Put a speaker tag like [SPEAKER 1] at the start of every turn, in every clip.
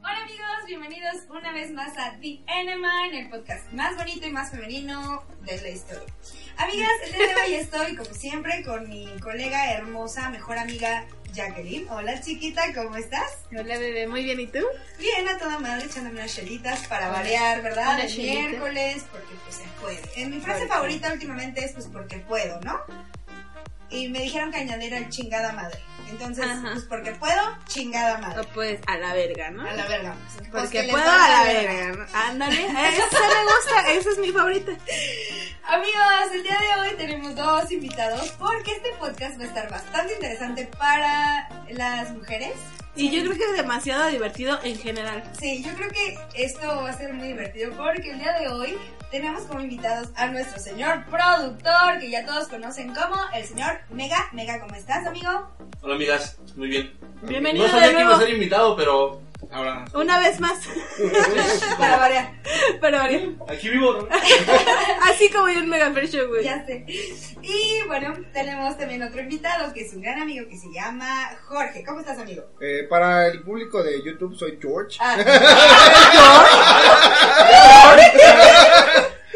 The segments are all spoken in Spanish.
[SPEAKER 1] Hola amigos, bienvenidos una vez más a The Eneman, el podcast más bonito y más femenino de la historia. Amigas, el día de hoy estoy, como siempre, con mi colega hermosa, mejor amiga Jacqueline. Hola chiquita, ¿cómo estás?
[SPEAKER 2] Hola bebé, muy bien, ¿y tú?
[SPEAKER 1] Bien, a toda madre echándome unas chelitas para
[SPEAKER 2] Hola.
[SPEAKER 1] variar, ¿verdad?
[SPEAKER 2] Hola,
[SPEAKER 1] El
[SPEAKER 2] chelita.
[SPEAKER 1] miércoles, porque pues se puede. En mi frase
[SPEAKER 2] Porque.
[SPEAKER 1] favorita últimamente es pues porque puedo, ¿no? Y me dijeron que añadiera el chingada madre. Entonces,
[SPEAKER 2] Ajá.
[SPEAKER 1] pues porque puedo, chingada madre.
[SPEAKER 2] No pues a la verga, ¿no?
[SPEAKER 1] A la verga. Pues, que
[SPEAKER 2] Porque
[SPEAKER 1] les
[SPEAKER 2] puedo
[SPEAKER 1] valga
[SPEAKER 2] a la verga, ¿no? Ándale, esa me gusta, esa es mi favorita.
[SPEAKER 1] Amigos, el día de hoy tenemos dos invitados porque este podcast va a estar bastante interesante para las mujeres.
[SPEAKER 2] Y yo creo que es demasiado divertido en general.
[SPEAKER 1] Sí, yo creo que esto va a ser muy divertido porque el día de hoy tenemos como invitados a nuestro señor productor que ya todos conocen como el señor Mega. Mega, ¿cómo estás, amigo?
[SPEAKER 3] Hola amigas, muy bien.
[SPEAKER 2] Bienvenido
[SPEAKER 3] no sabía
[SPEAKER 2] de
[SPEAKER 3] que iba a
[SPEAKER 2] nuevo.
[SPEAKER 3] ser invitado, pero ahora.
[SPEAKER 2] Una vez más,
[SPEAKER 1] Para variar.
[SPEAKER 2] pero Ariel,
[SPEAKER 3] Aquí vivo, ¿no?
[SPEAKER 2] así como yo en Mega Fair Show, güey.
[SPEAKER 1] Ya sé. Y bueno, tenemos también otro invitado que es un gran amigo que se llama Jorge. ¿Cómo estás, amigo?
[SPEAKER 4] Eh, para el público de YouTube soy George.
[SPEAKER 1] Ah,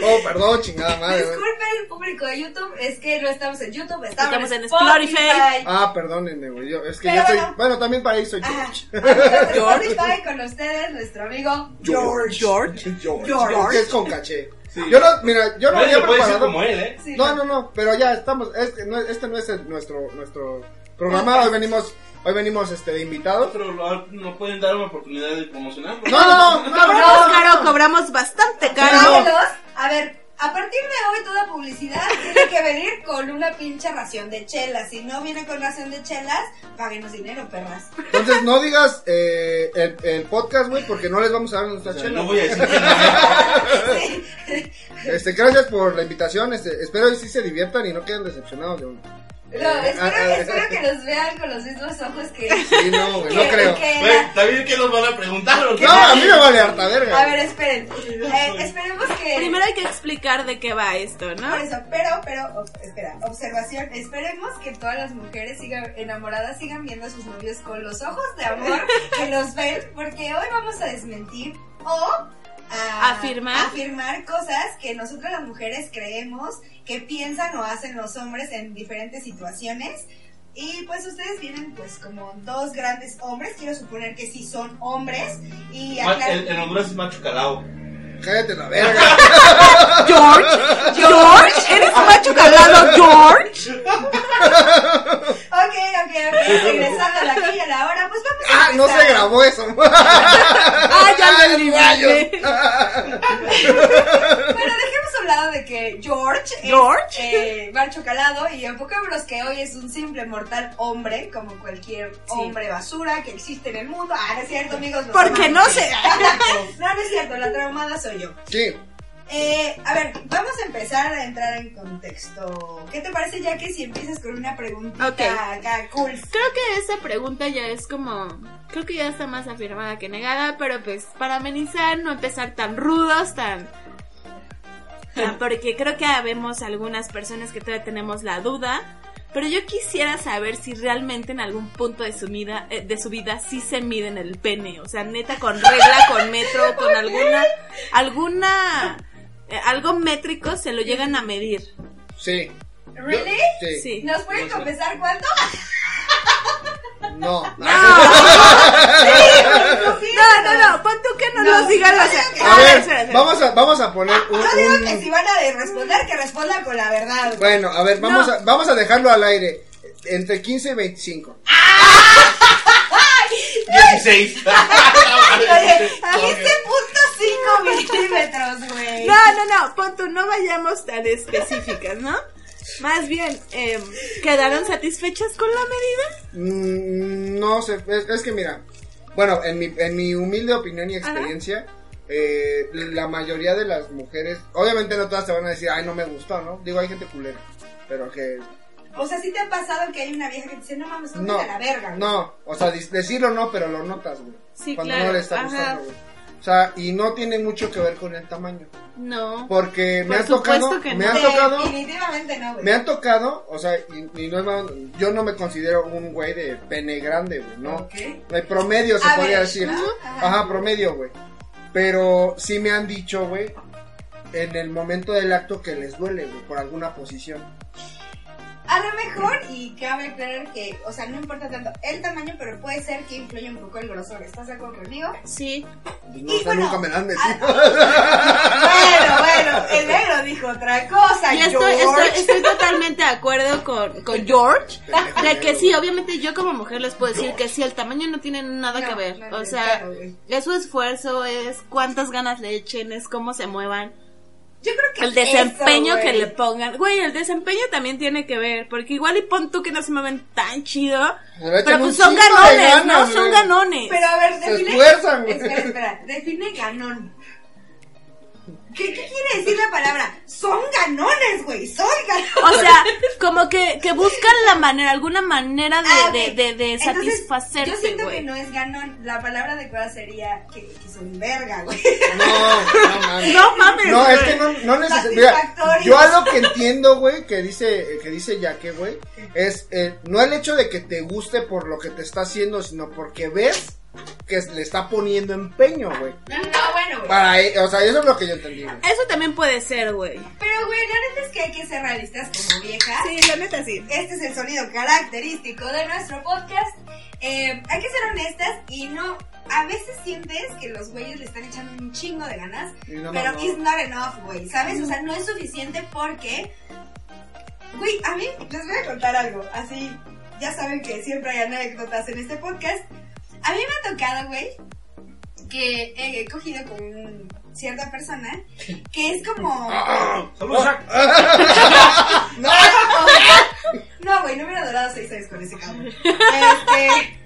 [SPEAKER 4] Oh, perdón, chingada madre. güey.
[SPEAKER 1] disculpen el público de YouTube, es que no estamos en YouTube, estamos,
[SPEAKER 2] Estamos en Spotify.
[SPEAKER 4] Ah, perdónenme, güey. yo- Es que
[SPEAKER 1] Pero
[SPEAKER 4] ya estoy.
[SPEAKER 1] bueno.
[SPEAKER 4] Bueno, también para ahí soy
[SPEAKER 1] Ajá.
[SPEAKER 4] George.
[SPEAKER 1] Amigos, Spotify con ustedes, nuestro amigo
[SPEAKER 4] George.
[SPEAKER 2] George.
[SPEAKER 4] George.
[SPEAKER 1] George.
[SPEAKER 4] Que es con caché.
[SPEAKER 3] Sí.
[SPEAKER 4] Yo no, mira, yo no
[SPEAKER 3] Nadie
[SPEAKER 4] había
[SPEAKER 3] lo puede decir
[SPEAKER 4] preparado.
[SPEAKER 3] como él, ¿eh?
[SPEAKER 1] Sí,
[SPEAKER 4] No, no, no, pero ya estamos. Este no, es- este no es el- nuestro, nuestro programa. Hoy venimos, hoy venimos este, de invitados.
[SPEAKER 3] Pero lo- no pueden dar una oportunidad de promocionarlo.
[SPEAKER 4] No, no, no, no,
[SPEAKER 2] Cobramos
[SPEAKER 4] no,
[SPEAKER 2] caro,
[SPEAKER 4] no.
[SPEAKER 2] cobramos bastante
[SPEAKER 4] No,
[SPEAKER 2] caro.
[SPEAKER 4] no.
[SPEAKER 1] Vámonos. A ver, a partir de hoy toda publicidad tiene que venir con una pinche ración de chelas. Si no viene con ración de chelas, páguenos dinero, perras.
[SPEAKER 4] Entonces no digas eh, el, el podcast, güey, porque no les vamos a dar
[SPEAKER 3] O
[SPEAKER 4] nuestra
[SPEAKER 3] sea,
[SPEAKER 4] chela.
[SPEAKER 3] no voy a decir que no.
[SPEAKER 1] Sí.
[SPEAKER 4] Este, gracias por la invitación. Este, espero y sí se diviertan y no queden decepcionados de uno.
[SPEAKER 1] No,
[SPEAKER 4] Ah,
[SPEAKER 1] espero,
[SPEAKER 4] ah,
[SPEAKER 1] espero que los vean con los mismos ojos que...
[SPEAKER 4] Sí, no, güey, no
[SPEAKER 1] que-
[SPEAKER 4] creo.
[SPEAKER 1] que
[SPEAKER 3] Güey, También que nos van a preguntar, ¿o qué?
[SPEAKER 4] No, a mí me vale harta verga.
[SPEAKER 1] la- A ver, esperen. Eh, esperemos que...
[SPEAKER 2] Primero hay que explicar de qué va esto, ¿no?
[SPEAKER 1] Ah, Por eso, pero, pero, oh, espera, observación. Esperemos que todas las mujeres sigan enamoradas sigan viendo a sus novios con los ojos de amor que los ven, porque hoy vamos a desmentir o a
[SPEAKER 2] Afirmar.
[SPEAKER 1] afirmar cosas que nosotras las mujeres creemos que piensan o hacen los hombres en diferentes situaciones. Y pues ustedes vienen pues como dos grandes hombres, quiero suponer que sí son hombres y
[SPEAKER 3] Ma-
[SPEAKER 1] aclar-
[SPEAKER 3] En en Honduras es macho calao.
[SPEAKER 4] Cállate la verga.
[SPEAKER 2] George, Georche, eres un macho calado, George.
[SPEAKER 1] Ok, ok, ok, regresando a la aquí y a la hora, pues vamos a
[SPEAKER 4] Ah, no
[SPEAKER 1] empezar.
[SPEAKER 4] se grabó eso.
[SPEAKER 2] Ah, ya lo
[SPEAKER 4] Ay, rayos.
[SPEAKER 2] eliminé.
[SPEAKER 1] Pero dejemos a un lado de que George,
[SPEAKER 2] George.
[SPEAKER 1] es eh, macho calado y enfoquémonos que hoy es un simple mortal hombre, como cualquier hombre basura que existe en el mundo. Ah, no es cierto, amigos. los
[SPEAKER 2] Porque no
[SPEAKER 1] amamos.
[SPEAKER 2] se.
[SPEAKER 1] No, no es cierto, la traumada soy yo.
[SPEAKER 4] Sí.
[SPEAKER 1] Eh, a ver, vamos a empezar a entrar en contexto. ¿Qué te parece ya que si empiezas con una preguntita
[SPEAKER 2] Ok.
[SPEAKER 1] acá cool?
[SPEAKER 2] Creo que esa pregunta ya es como. Creo que ya está más afirmada que negada, pero pues para amenizar, no empezar tan rudos, tan. tan- Porque creo que habemos algunas personas que todavía tenemos la duda. Pero yo quisiera saber si realmente en algún punto de su vida, eh, de su vida sí se miden el pene. O sea, neta, con regla, con metro, con alguna. alguna. eh, algo métrico se lo llegan a medir.
[SPEAKER 4] Sí.
[SPEAKER 1] ¿Really?
[SPEAKER 4] Sí.
[SPEAKER 2] Sí.
[SPEAKER 1] ¿Nos pueden
[SPEAKER 3] No sé.
[SPEAKER 1] confesar cuánto?
[SPEAKER 4] No.
[SPEAKER 2] No, no, no, pon tú que no,
[SPEAKER 1] No,
[SPEAKER 2] nos digan
[SPEAKER 1] no
[SPEAKER 2] las...
[SPEAKER 1] digo que-
[SPEAKER 4] A ver, vamos a, vamos a poner un...
[SPEAKER 1] Yo digo que
[SPEAKER 4] un-
[SPEAKER 1] si van a responder, que respondan con la verdad.
[SPEAKER 4] Bueno, a ver, vamos,
[SPEAKER 2] No.
[SPEAKER 4] a, vamos a dejarlo al aire. Entre 15 y 25.
[SPEAKER 3] 16.
[SPEAKER 1] Oye, 15.5 milímetros, güey.
[SPEAKER 2] No, no, no, pon tú, no vayamos tan específicas, ¿no? Más bien, eh, ¿quedaron satisfechas con la medida?
[SPEAKER 4] Mm, no sé, es, es que mira. Bueno, en mi, en mi humilde opinión y experiencia, eh, la mayoría de las mujeres... Obviamente no todas te van a decir, ay, no me gustó, ¿no? Digo, hay gente culera. Pero que
[SPEAKER 1] O sea, ¿sí te ha pasado que hay una vieja que te dice, no mames, son
[SPEAKER 4] No,
[SPEAKER 1] de la verga?
[SPEAKER 4] no, o sea, dis- decirlo no, pero lo notas, güey.
[SPEAKER 2] Sí,
[SPEAKER 4] Cuando
[SPEAKER 2] claro,
[SPEAKER 4] no le está
[SPEAKER 2] ajá.
[SPEAKER 4] gustando, güey. O sea, y no tiene mucho que ver con el tamaño.
[SPEAKER 2] No.
[SPEAKER 4] Porque me
[SPEAKER 2] Por
[SPEAKER 4] ha tocado,
[SPEAKER 2] supuesto que
[SPEAKER 4] me
[SPEAKER 2] no.
[SPEAKER 4] ha tocado,
[SPEAKER 1] Definitivamente no, güey.
[SPEAKER 4] me ha tocado, o sea, y, y no es mal- yo no me considero un güey de pene grande, güey, no.
[SPEAKER 1] Ok.
[SPEAKER 4] El Eh, promedio se
[SPEAKER 1] A
[SPEAKER 4] podría
[SPEAKER 1] ver,
[SPEAKER 4] decir.
[SPEAKER 1] ajá, ajá.
[SPEAKER 4] Ajá, promedio, güey. Pero sí me han dicho, güey, en el momento del acto que les duele, güey, por alguna posición.
[SPEAKER 1] A lo mejor, y cabe aclarar que, o sea, no importa tanto el tamaño, pero puede ser que influya un poco el grosor. ¿Estás de acuerdo conmigo?
[SPEAKER 2] Sí.
[SPEAKER 4] Pues No,
[SPEAKER 1] Y
[SPEAKER 4] o sea,
[SPEAKER 1] bueno,
[SPEAKER 4] nunca me la han metido.
[SPEAKER 1] Bueno, bueno, el negro dijo otra cosa,
[SPEAKER 2] Yo estoy,
[SPEAKER 1] George.
[SPEAKER 2] estoy, estoy totalmente de acuerdo con, con George.
[SPEAKER 4] Pendejo
[SPEAKER 2] De que
[SPEAKER 4] negro,
[SPEAKER 2] sí,
[SPEAKER 4] güey.
[SPEAKER 2] obviamente yo como mujer les puedo decir que sí, el tamaño no tiene nada
[SPEAKER 1] No,
[SPEAKER 2] que ver.
[SPEAKER 1] no,
[SPEAKER 2] o
[SPEAKER 1] no,
[SPEAKER 2] sea,
[SPEAKER 1] claro, güey.
[SPEAKER 2] es su esfuerzo, es cuántas ganas le echen, es cómo se muevan,
[SPEAKER 1] Yo creo que
[SPEAKER 2] el desempeño
[SPEAKER 1] eso,
[SPEAKER 2] que
[SPEAKER 1] güey.
[SPEAKER 2] le pongan. Güey, el desempeño también tiene que ver, porque igual y pon tú que no se mueven tan chido,
[SPEAKER 4] Se le
[SPEAKER 2] pero
[SPEAKER 4] echan
[SPEAKER 2] pues
[SPEAKER 4] un
[SPEAKER 2] son
[SPEAKER 4] chingo de
[SPEAKER 2] ganones,
[SPEAKER 4] ganas,
[SPEAKER 2] ¿no? Son
[SPEAKER 4] güey.
[SPEAKER 2] ganones.
[SPEAKER 1] Pero a ver,
[SPEAKER 4] Se
[SPEAKER 1] define.
[SPEAKER 4] esfuerzan, güey.
[SPEAKER 1] espera, espera, define ganón. ¿Qué, qué quiere decir la palabra? Son ganones, güey, son
[SPEAKER 2] O
[SPEAKER 1] ganones.
[SPEAKER 2] sea, como que, que buscan la manera, alguna manera de,
[SPEAKER 1] Ah,
[SPEAKER 2] de,
[SPEAKER 1] ok.
[SPEAKER 2] de, de
[SPEAKER 1] Entonces,
[SPEAKER 2] satisfacerse,
[SPEAKER 1] Yo siento
[SPEAKER 2] güey.
[SPEAKER 1] que no es ganón. La palabra adecuada sería que, que son verga, güey.
[SPEAKER 4] No, no mames.
[SPEAKER 2] No mames.
[SPEAKER 4] No, es
[SPEAKER 2] güey.
[SPEAKER 4] que no, no necesito.
[SPEAKER 1] Satisfactorio.
[SPEAKER 4] yo a lo que entiendo, güey, que dice, que dice Yaque, güey, es eh, no el hecho de que te guste por lo que te está haciendo, sino porque ves que le está poniendo empeño, güey.
[SPEAKER 1] No, no, bueno, güey.
[SPEAKER 4] Para, e- o sea, eso es lo que yo entendí, güey.
[SPEAKER 2] Eso también puede ser, güey.
[SPEAKER 1] Pero, güey, la neta es que hay que ser realistas como viejas.
[SPEAKER 2] Sí, la neta sí.
[SPEAKER 1] Este es el sonido característico de nuestro podcast. Eh, hay que ser honestas y no. A veces sientes que los güeyes le están echando un chingo de ganas,
[SPEAKER 4] Y no,
[SPEAKER 1] pero
[SPEAKER 4] no, no.
[SPEAKER 1] it's not enough, güey, ¿sabes? O sea, no es suficiente porque. Güey, a mí les voy a contar algo. Así, ya saben que siempre hay anécdotas en este podcast. A mí me ha tocado, güey, que he cogido con cierta persona que es como.
[SPEAKER 3] Saludos, Jack.
[SPEAKER 1] No, güey, no hubiera durado seis años con ese cabrón. Este.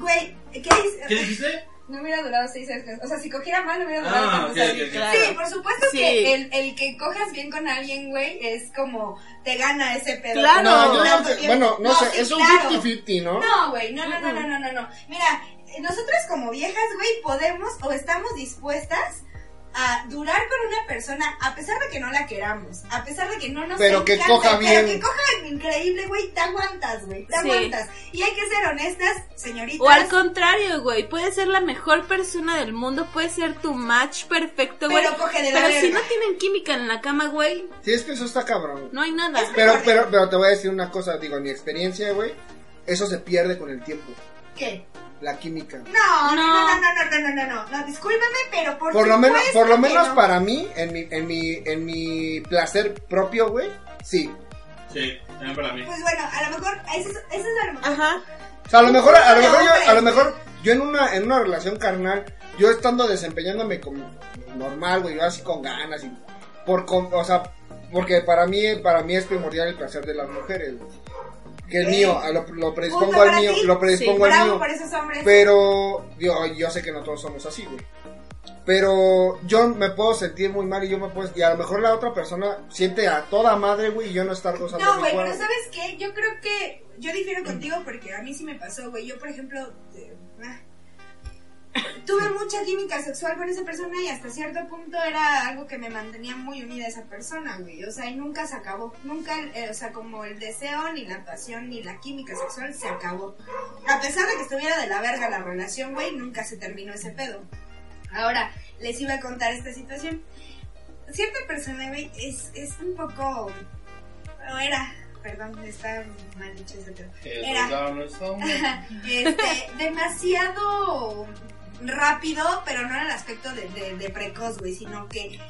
[SPEAKER 1] Güey, ¿qué
[SPEAKER 3] ¿Qué
[SPEAKER 1] es?
[SPEAKER 3] dijiste?
[SPEAKER 1] No hubiera durado seis años con- O sea, si cogiera mal, no hubiera durado
[SPEAKER 3] Ah,
[SPEAKER 1] tantos
[SPEAKER 3] ok,
[SPEAKER 1] años.
[SPEAKER 3] ok, ok.
[SPEAKER 2] Claro.
[SPEAKER 1] Sí, por supuesto
[SPEAKER 2] Sí.
[SPEAKER 1] que el, el que cojas bien con alguien, güey, es como te gana ese pedo.
[SPEAKER 2] Claro.
[SPEAKER 4] No, yo
[SPEAKER 1] Tanto
[SPEAKER 4] no sé,
[SPEAKER 1] tiempo.
[SPEAKER 4] bueno, no, sé,
[SPEAKER 1] sí,
[SPEAKER 4] es un
[SPEAKER 1] claro.
[SPEAKER 4] 50-50, ¿no?
[SPEAKER 1] No, güey, no, no, no, no, no, no, no. Mira, eh, nosotras como viejas, güey, podemos o estamos dispuestas a durar con una persona a pesar de que no la queramos, a pesar de que no nos
[SPEAKER 4] Pero que
[SPEAKER 1] encante,
[SPEAKER 4] coja
[SPEAKER 1] pero
[SPEAKER 4] bien.
[SPEAKER 1] que coja increíble, güey, te aguantas, güey, te
[SPEAKER 2] Sí.
[SPEAKER 1] aguantas. Y hay que ser honestas, señoritas.
[SPEAKER 2] O al contrario, güey, puede ser la mejor persona del mundo, puede ser tu match perfecto, güey.
[SPEAKER 1] Pero coge de la
[SPEAKER 2] Pero si
[SPEAKER 1] verga.
[SPEAKER 2] no tienen química en la cama, güey,
[SPEAKER 4] Sí, es que eso está cabrón.
[SPEAKER 2] no hay nada.
[SPEAKER 4] Pero, pero, pero te voy a decir una cosa, digo, en mi experiencia, güey, eso se pierde con el tiempo,
[SPEAKER 1] ¿Qué?
[SPEAKER 4] la química.
[SPEAKER 1] No, no, no, no, no,
[SPEAKER 2] No.
[SPEAKER 1] no, no, no, no, no, discúlpame, pero por,
[SPEAKER 4] Por lo menos,
[SPEAKER 1] supuesto
[SPEAKER 4] por lo
[SPEAKER 1] que
[SPEAKER 4] menos
[SPEAKER 1] no.
[SPEAKER 4] para mí, en mi, en mi, en mi placer propio, güey, sí.
[SPEAKER 3] Sí, también para mí.
[SPEAKER 1] Pues bueno, a lo mejor, eso es, eso es a lo mejor.
[SPEAKER 2] Ajá.
[SPEAKER 4] O sea, a lo mejor, a
[SPEAKER 1] No,
[SPEAKER 4] lo mejor yo, a lo
[SPEAKER 1] hombre.
[SPEAKER 4] mejor yo en una, en una relación carnal, yo estando desempeñándome como normal, güey, yo así con ganas y por, con- o sea, porque para mí, para mí es primordial el placer de las mujeres, güey. que el
[SPEAKER 1] Ok.
[SPEAKER 4] mío, a lo, lo
[SPEAKER 1] Punto
[SPEAKER 4] predispongo al
[SPEAKER 1] para
[SPEAKER 4] mío,
[SPEAKER 1] ti.
[SPEAKER 4] lo predispongo al
[SPEAKER 1] Bravo
[SPEAKER 4] mío.
[SPEAKER 1] por esos hombres.
[SPEAKER 4] Pero yo, yo sé que no todos somos así, güey. Pero yo me puedo sentir muy mal y yo me puedo... Y a lo mejor la otra persona siente a toda madre, güey, y yo no estar gozando
[SPEAKER 1] No,
[SPEAKER 4] mi
[SPEAKER 1] güey, pero
[SPEAKER 4] cuerpo.
[SPEAKER 1] ¿sabes qué? Yo creo que. Yo difiero contigo porque a mí sí me pasó, güey. Yo, por ejemplo. eh, ah, Tuve mucha química sexual con esa persona y hasta cierto punto era algo que me mantenía muy unida a esa persona, güey. O sea, y nunca se acabó. Nunca, eh, o sea, como el deseo, ni la pasión, ni la química sexual se acabó. A pesar de que estuviera de la verga la relación, güey, nunca se terminó ese pedo. Ahora, les iba a contar esta situación. Cierta persona, güey, es, es un poco... o era, perdón, está mal dicho ese tema. Era. Este, demasiado rápido, pero no en el aspecto de, de- de precoz, güey, sino que...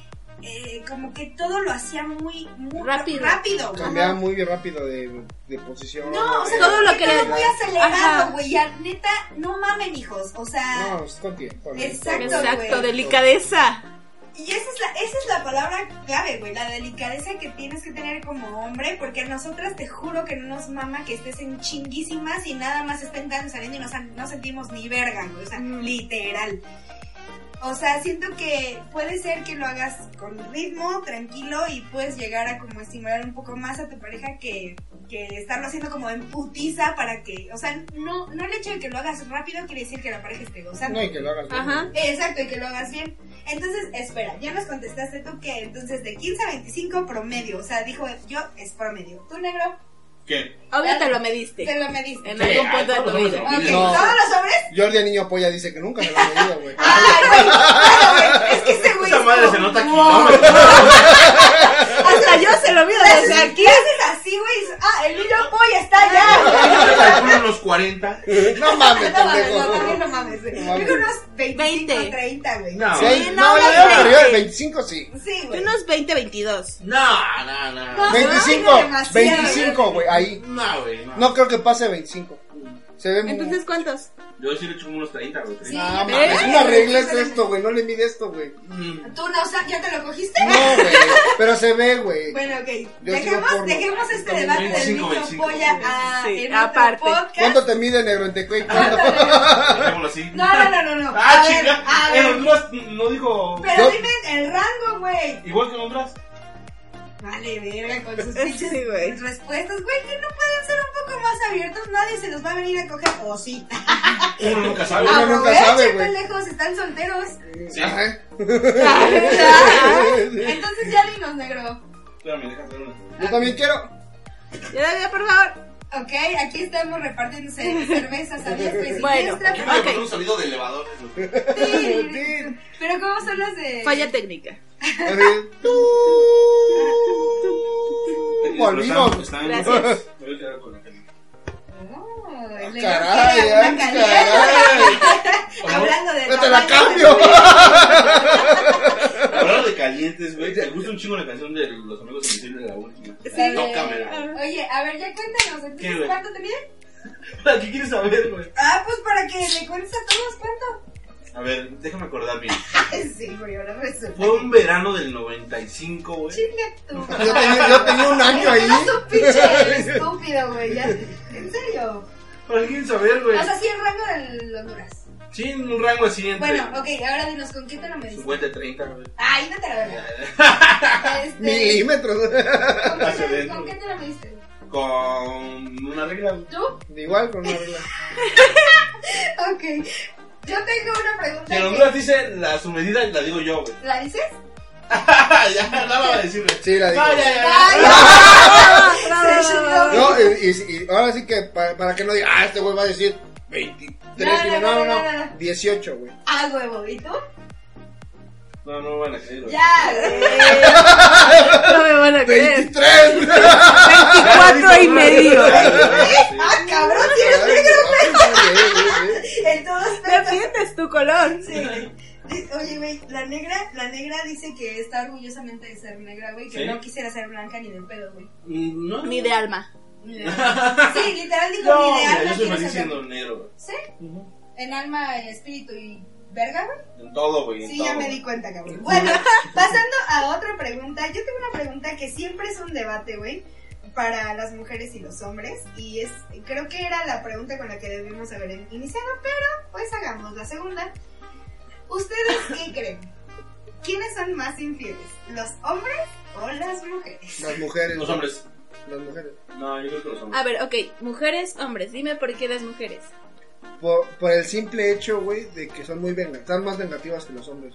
[SPEAKER 1] eh, como que todo lo hacía muy, muy
[SPEAKER 2] Rápido.
[SPEAKER 1] rápido güey.
[SPEAKER 4] Cambiaba muy rápido de, de posición.
[SPEAKER 1] No, o sea,
[SPEAKER 4] de-
[SPEAKER 2] todo lo que
[SPEAKER 1] todo
[SPEAKER 2] le-
[SPEAKER 1] muy
[SPEAKER 2] Ajá.
[SPEAKER 1] acelerado, güey. Ya, neta, no mamen, hijos. O sea,
[SPEAKER 4] No, es con tiempo. güey.
[SPEAKER 1] Exacto,
[SPEAKER 2] Exacto,
[SPEAKER 1] güey.
[SPEAKER 2] delicadeza.
[SPEAKER 1] y esa es, la, esa es la palabra clave, güey. La delicadeza que tienes que tener como hombre. Porque a nosotras te juro que no nos mama que estés en chinguísimas y nada más estén dando saliendo y no, san- no sentimos ni verga, güey. O sea, literal. O sea, siento que puede ser que lo hagas con ritmo, tranquilo y puedes llegar a como estimular un poco más a tu pareja que, que estarlo haciendo como en putiza para que, o sea, no, no el hecho de que lo hagas rápido quiere decir que la pareja esté gozando.
[SPEAKER 4] No, y que lo hagas bien.
[SPEAKER 2] Ajá.
[SPEAKER 1] Exacto, y que lo hagas bien. Entonces, espera, ya nos contestaste tú que entonces de 15 a 25 promedio, o sea, dijo yo es promedio. Tú negro,
[SPEAKER 3] ¿Qué?
[SPEAKER 2] Obvio te lo
[SPEAKER 1] te
[SPEAKER 2] mediste.
[SPEAKER 1] lo mediste.
[SPEAKER 2] En
[SPEAKER 3] Sí,
[SPEAKER 2] algún
[SPEAKER 3] ah,
[SPEAKER 2] punto de
[SPEAKER 3] todos
[SPEAKER 2] tu
[SPEAKER 3] los
[SPEAKER 2] vida.
[SPEAKER 1] Ok,
[SPEAKER 4] No.
[SPEAKER 1] todos los hombres.
[SPEAKER 4] Jordi el niño polla dice que nunca se lo ha medido, güey.
[SPEAKER 1] Ah, güey, es que este güey
[SPEAKER 3] Esa
[SPEAKER 1] es
[SPEAKER 3] madre
[SPEAKER 1] como-
[SPEAKER 3] se nota kilómetros.
[SPEAKER 2] Hasta yo se lo miro
[SPEAKER 1] Entonces,
[SPEAKER 2] desde aquí.
[SPEAKER 1] ¿Qué haces así, güey? Ah, el niño polla está allá.
[SPEAKER 3] Yo calculo unos 40.
[SPEAKER 4] Ah, No mames,
[SPEAKER 1] No mames, no,
[SPEAKER 4] pendejo.
[SPEAKER 1] también no mames, güey.
[SPEAKER 4] No
[SPEAKER 1] Yo
[SPEAKER 4] mames.
[SPEAKER 1] creo unos 25,
[SPEAKER 2] 20.
[SPEAKER 1] 30, güey.
[SPEAKER 3] No.
[SPEAKER 4] Sí,
[SPEAKER 2] Sí, no,
[SPEAKER 4] no,
[SPEAKER 2] no,
[SPEAKER 4] yo digo
[SPEAKER 2] no.
[SPEAKER 4] que arriba del 25 sí.
[SPEAKER 1] Sí, güey.
[SPEAKER 2] Unos 20, 22.
[SPEAKER 3] No, no, no.
[SPEAKER 1] No.
[SPEAKER 4] 25,
[SPEAKER 1] demasiado. ¿eh?
[SPEAKER 4] 25, güey, ahí.
[SPEAKER 3] No, güey. No.
[SPEAKER 4] No creo que pase 25. Se ve muy...
[SPEAKER 2] Entonces, ¿cuántos?
[SPEAKER 3] Yo sí le echo como unos 30, güey.
[SPEAKER 1] Sí.
[SPEAKER 4] No,
[SPEAKER 1] ya
[SPEAKER 4] mames,
[SPEAKER 2] ves.
[SPEAKER 4] una regla es esto, güey, no le mide esto, güey.
[SPEAKER 3] Mm.
[SPEAKER 1] ¿Tú no, o sea, ya te lo cogiste?
[SPEAKER 4] No, güey, pero se ve, güey.
[SPEAKER 1] Bueno, ok.
[SPEAKER 4] Yo
[SPEAKER 1] Dejemos,
[SPEAKER 4] sigo por-
[SPEAKER 1] dejemos este
[SPEAKER 4] también
[SPEAKER 1] debate del
[SPEAKER 3] 25,
[SPEAKER 1] niño
[SPEAKER 3] 25.
[SPEAKER 1] polla a,
[SPEAKER 2] Sí,
[SPEAKER 1] en otro
[SPEAKER 2] aparte.
[SPEAKER 1] podcast.
[SPEAKER 4] ¿Cuánto te mide negro en Tecuy? ¿Cuánto?
[SPEAKER 3] Dejémoslo así.
[SPEAKER 1] No, no, no, no, no.
[SPEAKER 3] Ah,
[SPEAKER 1] A ver,
[SPEAKER 3] chica.
[SPEAKER 1] a
[SPEAKER 3] En
[SPEAKER 1] ver.
[SPEAKER 3] Honduras no dijo.
[SPEAKER 1] Pero
[SPEAKER 4] Yo-
[SPEAKER 1] dime el rango, güey.
[SPEAKER 3] Igual que en Honduras.
[SPEAKER 1] Vale, verga, con sus
[SPEAKER 2] Sí,
[SPEAKER 1] pinches
[SPEAKER 2] güey.
[SPEAKER 1] respuestas, güey, que no pueden ser un poco más abiertos. Nadie se los va a venir a coger. O sí. Eh,
[SPEAKER 3] Uno nunca sabe.
[SPEAKER 4] Uno Ah. nunca sabe,
[SPEAKER 1] Aprovechen,
[SPEAKER 4] güey.
[SPEAKER 1] pendejos, están solteros.
[SPEAKER 3] Sí.
[SPEAKER 4] Ajá.
[SPEAKER 1] Entonces ya dinos, negro.
[SPEAKER 3] Espérame, déjame hacer una.
[SPEAKER 4] Yo también quiero.
[SPEAKER 2] Yo la veo, por favor.
[SPEAKER 1] Ok, aquí estamos repartiéndose cervezas a diestra y
[SPEAKER 2] Bueno.
[SPEAKER 1] siniestra.
[SPEAKER 3] Aquí me voy a
[SPEAKER 2] Ok.
[SPEAKER 3] poner un sonido de elevador.
[SPEAKER 1] Sí. Pero ¿cómo son las de...?
[SPEAKER 2] Falla técnica.
[SPEAKER 4] Así. Volvimos.
[SPEAKER 3] Están-
[SPEAKER 2] Gracias.
[SPEAKER 3] Voy a quedar con la gente.
[SPEAKER 1] Oh, el negro
[SPEAKER 4] Ah, Caray,
[SPEAKER 1] que era
[SPEAKER 4] ay,
[SPEAKER 1] una caliente.
[SPEAKER 4] caray.
[SPEAKER 1] Hablando de...
[SPEAKER 4] No te la
[SPEAKER 1] tamaños,
[SPEAKER 4] cambio.
[SPEAKER 3] Hablando de calientes, güey. Me gusta un chingo la canción de Los Amigos Invisibles de la última.
[SPEAKER 1] eh,
[SPEAKER 3] Tócamela.
[SPEAKER 1] Oye, a ver, ya cuéntanos,
[SPEAKER 3] ¿Qué,
[SPEAKER 1] entonces,
[SPEAKER 3] güey?
[SPEAKER 1] ¿cuánto te miden?
[SPEAKER 3] ¿Qué quieres saber, güey?
[SPEAKER 1] Ah, pues para que le cuentes a todos cuánto.
[SPEAKER 3] A ver, déjame acordar bien.
[SPEAKER 1] Sí, güey, ahora resulta.
[SPEAKER 3] Fue un verano del 95, güey.
[SPEAKER 1] Chinga tú.
[SPEAKER 4] Yo tenía, yo tenía un año ahí.
[SPEAKER 1] Eres un pinche estúpido, güey, ya. En serio.
[SPEAKER 3] ¿Para qué quieres saber,
[SPEAKER 1] O
[SPEAKER 3] güey?
[SPEAKER 1] sea, sí, el rango de Honduras.
[SPEAKER 3] Sí, en un rango así entre
[SPEAKER 1] Bueno, ok, ahora dinos, ¿con qué te lo mediste?
[SPEAKER 3] 50 y 30, güey.
[SPEAKER 1] Ay, no te la verdad. Este,
[SPEAKER 4] Milímetros.
[SPEAKER 1] ¿con, qué
[SPEAKER 3] Hacia
[SPEAKER 1] te,
[SPEAKER 3] adentro.
[SPEAKER 1] ¿Con qué te lo mediste?
[SPEAKER 3] Con una regla, güey.
[SPEAKER 1] ¿Tú?
[SPEAKER 4] Igual con una regla.
[SPEAKER 1] Ok. Yo tengo una pregunta.
[SPEAKER 3] Si en
[SPEAKER 1] que-
[SPEAKER 3] Honduras dice la su medida, la digo yo, güey.
[SPEAKER 1] ¿La dices?
[SPEAKER 3] ya, nada va a decirle.
[SPEAKER 4] Sí, la digo.
[SPEAKER 3] No, ya, ya, ya.
[SPEAKER 1] Ay,
[SPEAKER 4] No, y, y- y ahora sí que pa- para que no diga, ah, este güey va a decir 23.
[SPEAKER 1] No,
[SPEAKER 4] No,
[SPEAKER 1] no,
[SPEAKER 4] no, no,
[SPEAKER 1] no, no, no.
[SPEAKER 4] 18, güey.
[SPEAKER 1] Ah, huevo, ¿y tú?
[SPEAKER 3] No, no van a creer, güey.
[SPEAKER 1] Ya, güey.
[SPEAKER 2] No me van a creer.
[SPEAKER 4] 23.
[SPEAKER 2] Cuatro y medio.
[SPEAKER 1] Ah, cabrón, tienes en todos
[SPEAKER 2] No sientes tu color.
[SPEAKER 1] Sí, güey. Di- Oye, güey, la negra, la negra dice que está orgullosamente de ser negra, güey, que
[SPEAKER 3] ¿Sí?
[SPEAKER 1] no quisiera ser blanca ni de pedo, güey.
[SPEAKER 3] Mm, No.
[SPEAKER 2] Ni de alma.
[SPEAKER 1] Ni de- Sí, literal dijo,
[SPEAKER 3] No,
[SPEAKER 1] ni de
[SPEAKER 3] mira,
[SPEAKER 1] alma
[SPEAKER 3] yo soy
[SPEAKER 1] quiero
[SPEAKER 3] feliz
[SPEAKER 1] ser
[SPEAKER 3] siendo
[SPEAKER 1] blanca.
[SPEAKER 3] negro, güey.
[SPEAKER 1] ¿Sí? En alma, en espíritu y verga, güey.
[SPEAKER 3] En todo, güey. en
[SPEAKER 1] Sí,
[SPEAKER 3] todo,
[SPEAKER 1] ya me
[SPEAKER 3] güey.
[SPEAKER 1] di cuenta, cabrón. Bueno, pasando a otra pregunta, yo tengo una pregunta que siempre es un debate, güey, para las mujeres y los hombres, y es, creo que era la pregunta con la que debimos haber iniciado, pero pues hagamos la segunda. ¿Ustedes qué creen? ¿Quiénes son más infieles? ¿Los hombres o las mujeres?
[SPEAKER 4] Las mujeres.
[SPEAKER 3] Los hombres.
[SPEAKER 4] Las mujeres.
[SPEAKER 3] No, yo creo que los hombres.
[SPEAKER 2] A ver, ok. Mujeres, hombres. Dime por qué las mujeres.
[SPEAKER 4] Por, por el simple hecho, güey, de que son muy vengativas. Están más vengativas que los hombres.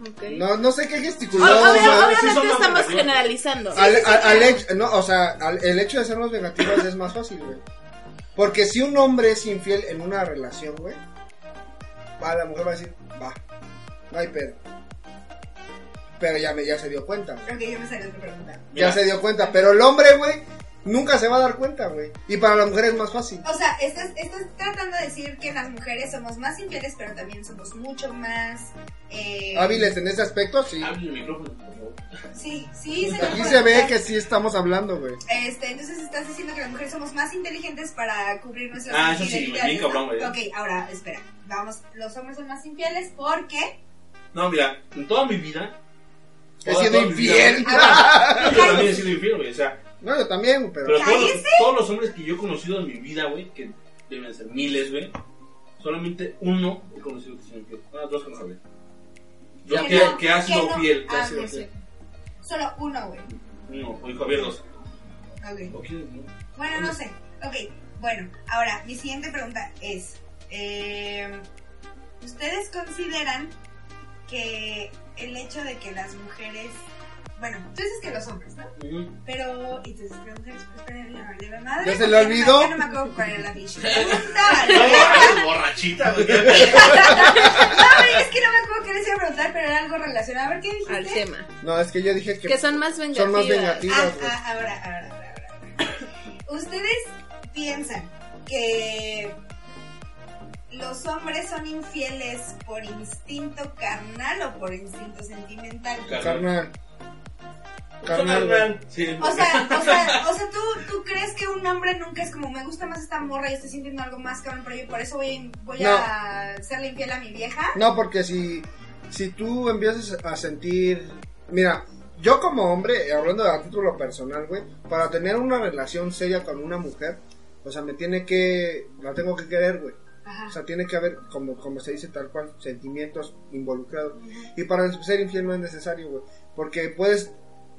[SPEAKER 2] Ok.
[SPEAKER 4] No, no sé qué
[SPEAKER 2] O-
[SPEAKER 4] gesticuló.
[SPEAKER 2] obvio-
[SPEAKER 4] güey.
[SPEAKER 3] no,
[SPEAKER 2] obviamente
[SPEAKER 3] sí son
[SPEAKER 2] estamos
[SPEAKER 3] hombres, sí.
[SPEAKER 2] generalizando.
[SPEAKER 4] Al, al- al hecho, no, o sea, al- el hecho de ser más vengativas es más fácil, güey. Porque si un hombre es infiel en una relación, güey, va, la mujer va a decir, va, no hay pedo. Pero ya, me, ya se dio cuenta, güey.
[SPEAKER 1] Ok, yo me salió otra pregunta.
[SPEAKER 3] Mira.
[SPEAKER 4] ya se dio cuenta. Pero el hombre, güey, nunca se va a dar cuenta, güey. Y para la mujer es más fácil.
[SPEAKER 1] O sea, estás, estás tratando de decir que las mujeres somos más infieles, pero también somos mucho más... Eh,
[SPEAKER 4] Hábiles en ese aspecto, sí.
[SPEAKER 3] Abre el micrófono, por favor.
[SPEAKER 1] Sí, sí, señor
[SPEAKER 4] Pues Aquí se
[SPEAKER 1] productor.
[SPEAKER 4] ve que sí estamos hablando, güey.
[SPEAKER 1] Este, entonces estás diciendo que las mujeres somos más inteligentes para cubrir nuestras
[SPEAKER 3] Ah, eso sí, bien cabrón, güey.
[SPEAKER 1] Ok, ahora, espera. Vamos, los hombres son más infieles porque...
[SPEAKER 3] No, mira, en toda mi vida.
[SPEAKER 4] He
[SPEAKER 3] toda-
[SPEAKER 4] sido
[SPEAKER 3] toda mi
[SPEAKER 4] infiel.
[SPEAKER 3] vida, güey, Yo también he sido infiel, güey. O sea,
[SPEAKER 4] No, yo también, pero...
[SPEAKER 3] Pero todos
[SPEAKER 1] ¿Caíste?
[SPEAKER 3] los, todos los hombres que yo he conocido en mi vida, güey, que deben ser miles, güey, Solamente uno he conocido que se infiel. Bueno, dos con Javier. Dos
[SPEAKER 1] Que
[SPEAKER 3] que,
[SPEAKER 1] no,
[SPEAKER 3] que ha
[SPEAKER 1] que
[SPEAKER 3] sido
[SPEAKER 1] no.
[SPEAKER 3] fiel. que ha
[SPEAKER 1] Ah,
[SPEAKER 3] sido
[SPEAKER 1] ok,
[SPEAKER 3] fiel.
[SPEAKER 1] Solo uno, güey.
[SPEAKER 3] Uno, o Javier dos.
[SPEAKER 1] Ok.
[SPEAKER 3] Ok, ¿no?
[SPEAKER 1] Bueno, no sé. Ok, bueno, ahora, mi siguiente pregunta es: eh, ¿Ustedes consideran que el hecho de que las mujeres. Bueno, tú dices que los hombres, ¿no?
[SPEAKER 3] Ujú.
[SPEAKER 1] Pero. Y tú dices que las mujeres. pues, pero no, de la madre,
[SPEAKER 4] ¿Ya se
[SPEAKER 1] porque
[SPEAKER 4] le
[SPEAKER 1] no-
[SPEAKER 4] olvidó?
[SPEAKER 1] ya No, me acuerdo cuál era la bicha. Pregunta,
[SPEAKER 3] No,
[SPEAKER 1] ¿no?
[SPEAKER 3] eres borrachita, güey.
[SPEAKER 1] No, güey, es que no me acuerdo qué les iba a preguntar, pero era algo relacionado. A ver, ¿qué dijiste?
[SPEAKER 2] al tema.
[SPEAKER 4] No, es que yo dije que.
[SPEAKER 2] Que son más vengativas.
[SPEAKER 4] Son más vengativas.
[SPEAKER 1] Ah,
[SPEAKER 4] güey.
[SPEAKER 1] ah, ahora, ahora, ahora, ahora. ¿Ustedes piensan que los hombres son infieles por instinto carnal o por instinto sentimental?
[SPEAKER 3] Carnal.
[SPEAKER 4] Carnal. Carnal. güey.
[SPEAKER 3] Carnal. Sí. pues,
[SPEAKER 1] O sea, o sea, o sea ¿tú, tú crees que un hombre nunca es como, me gusta más esta morra y estoy sintiendo algo más cabrón, pero yo por eso voy, voy a serle infiel a mi vieja?
[SPEAKER 4] No, porque si, si tú empiezas a sentir. Mira, yo como hombre, hablando a título personal, güey, para tener una relación seria con una mujer, o sea, me tiene que. La tengo que querer, güey. O
[SPEAKER 1] Ajá.
[SPEAKER 4] sea, tiene que haber, como, como se dice tal cual, sentimientos involucrados. Y para ser infiel no es necesario, güey. Porque puedes,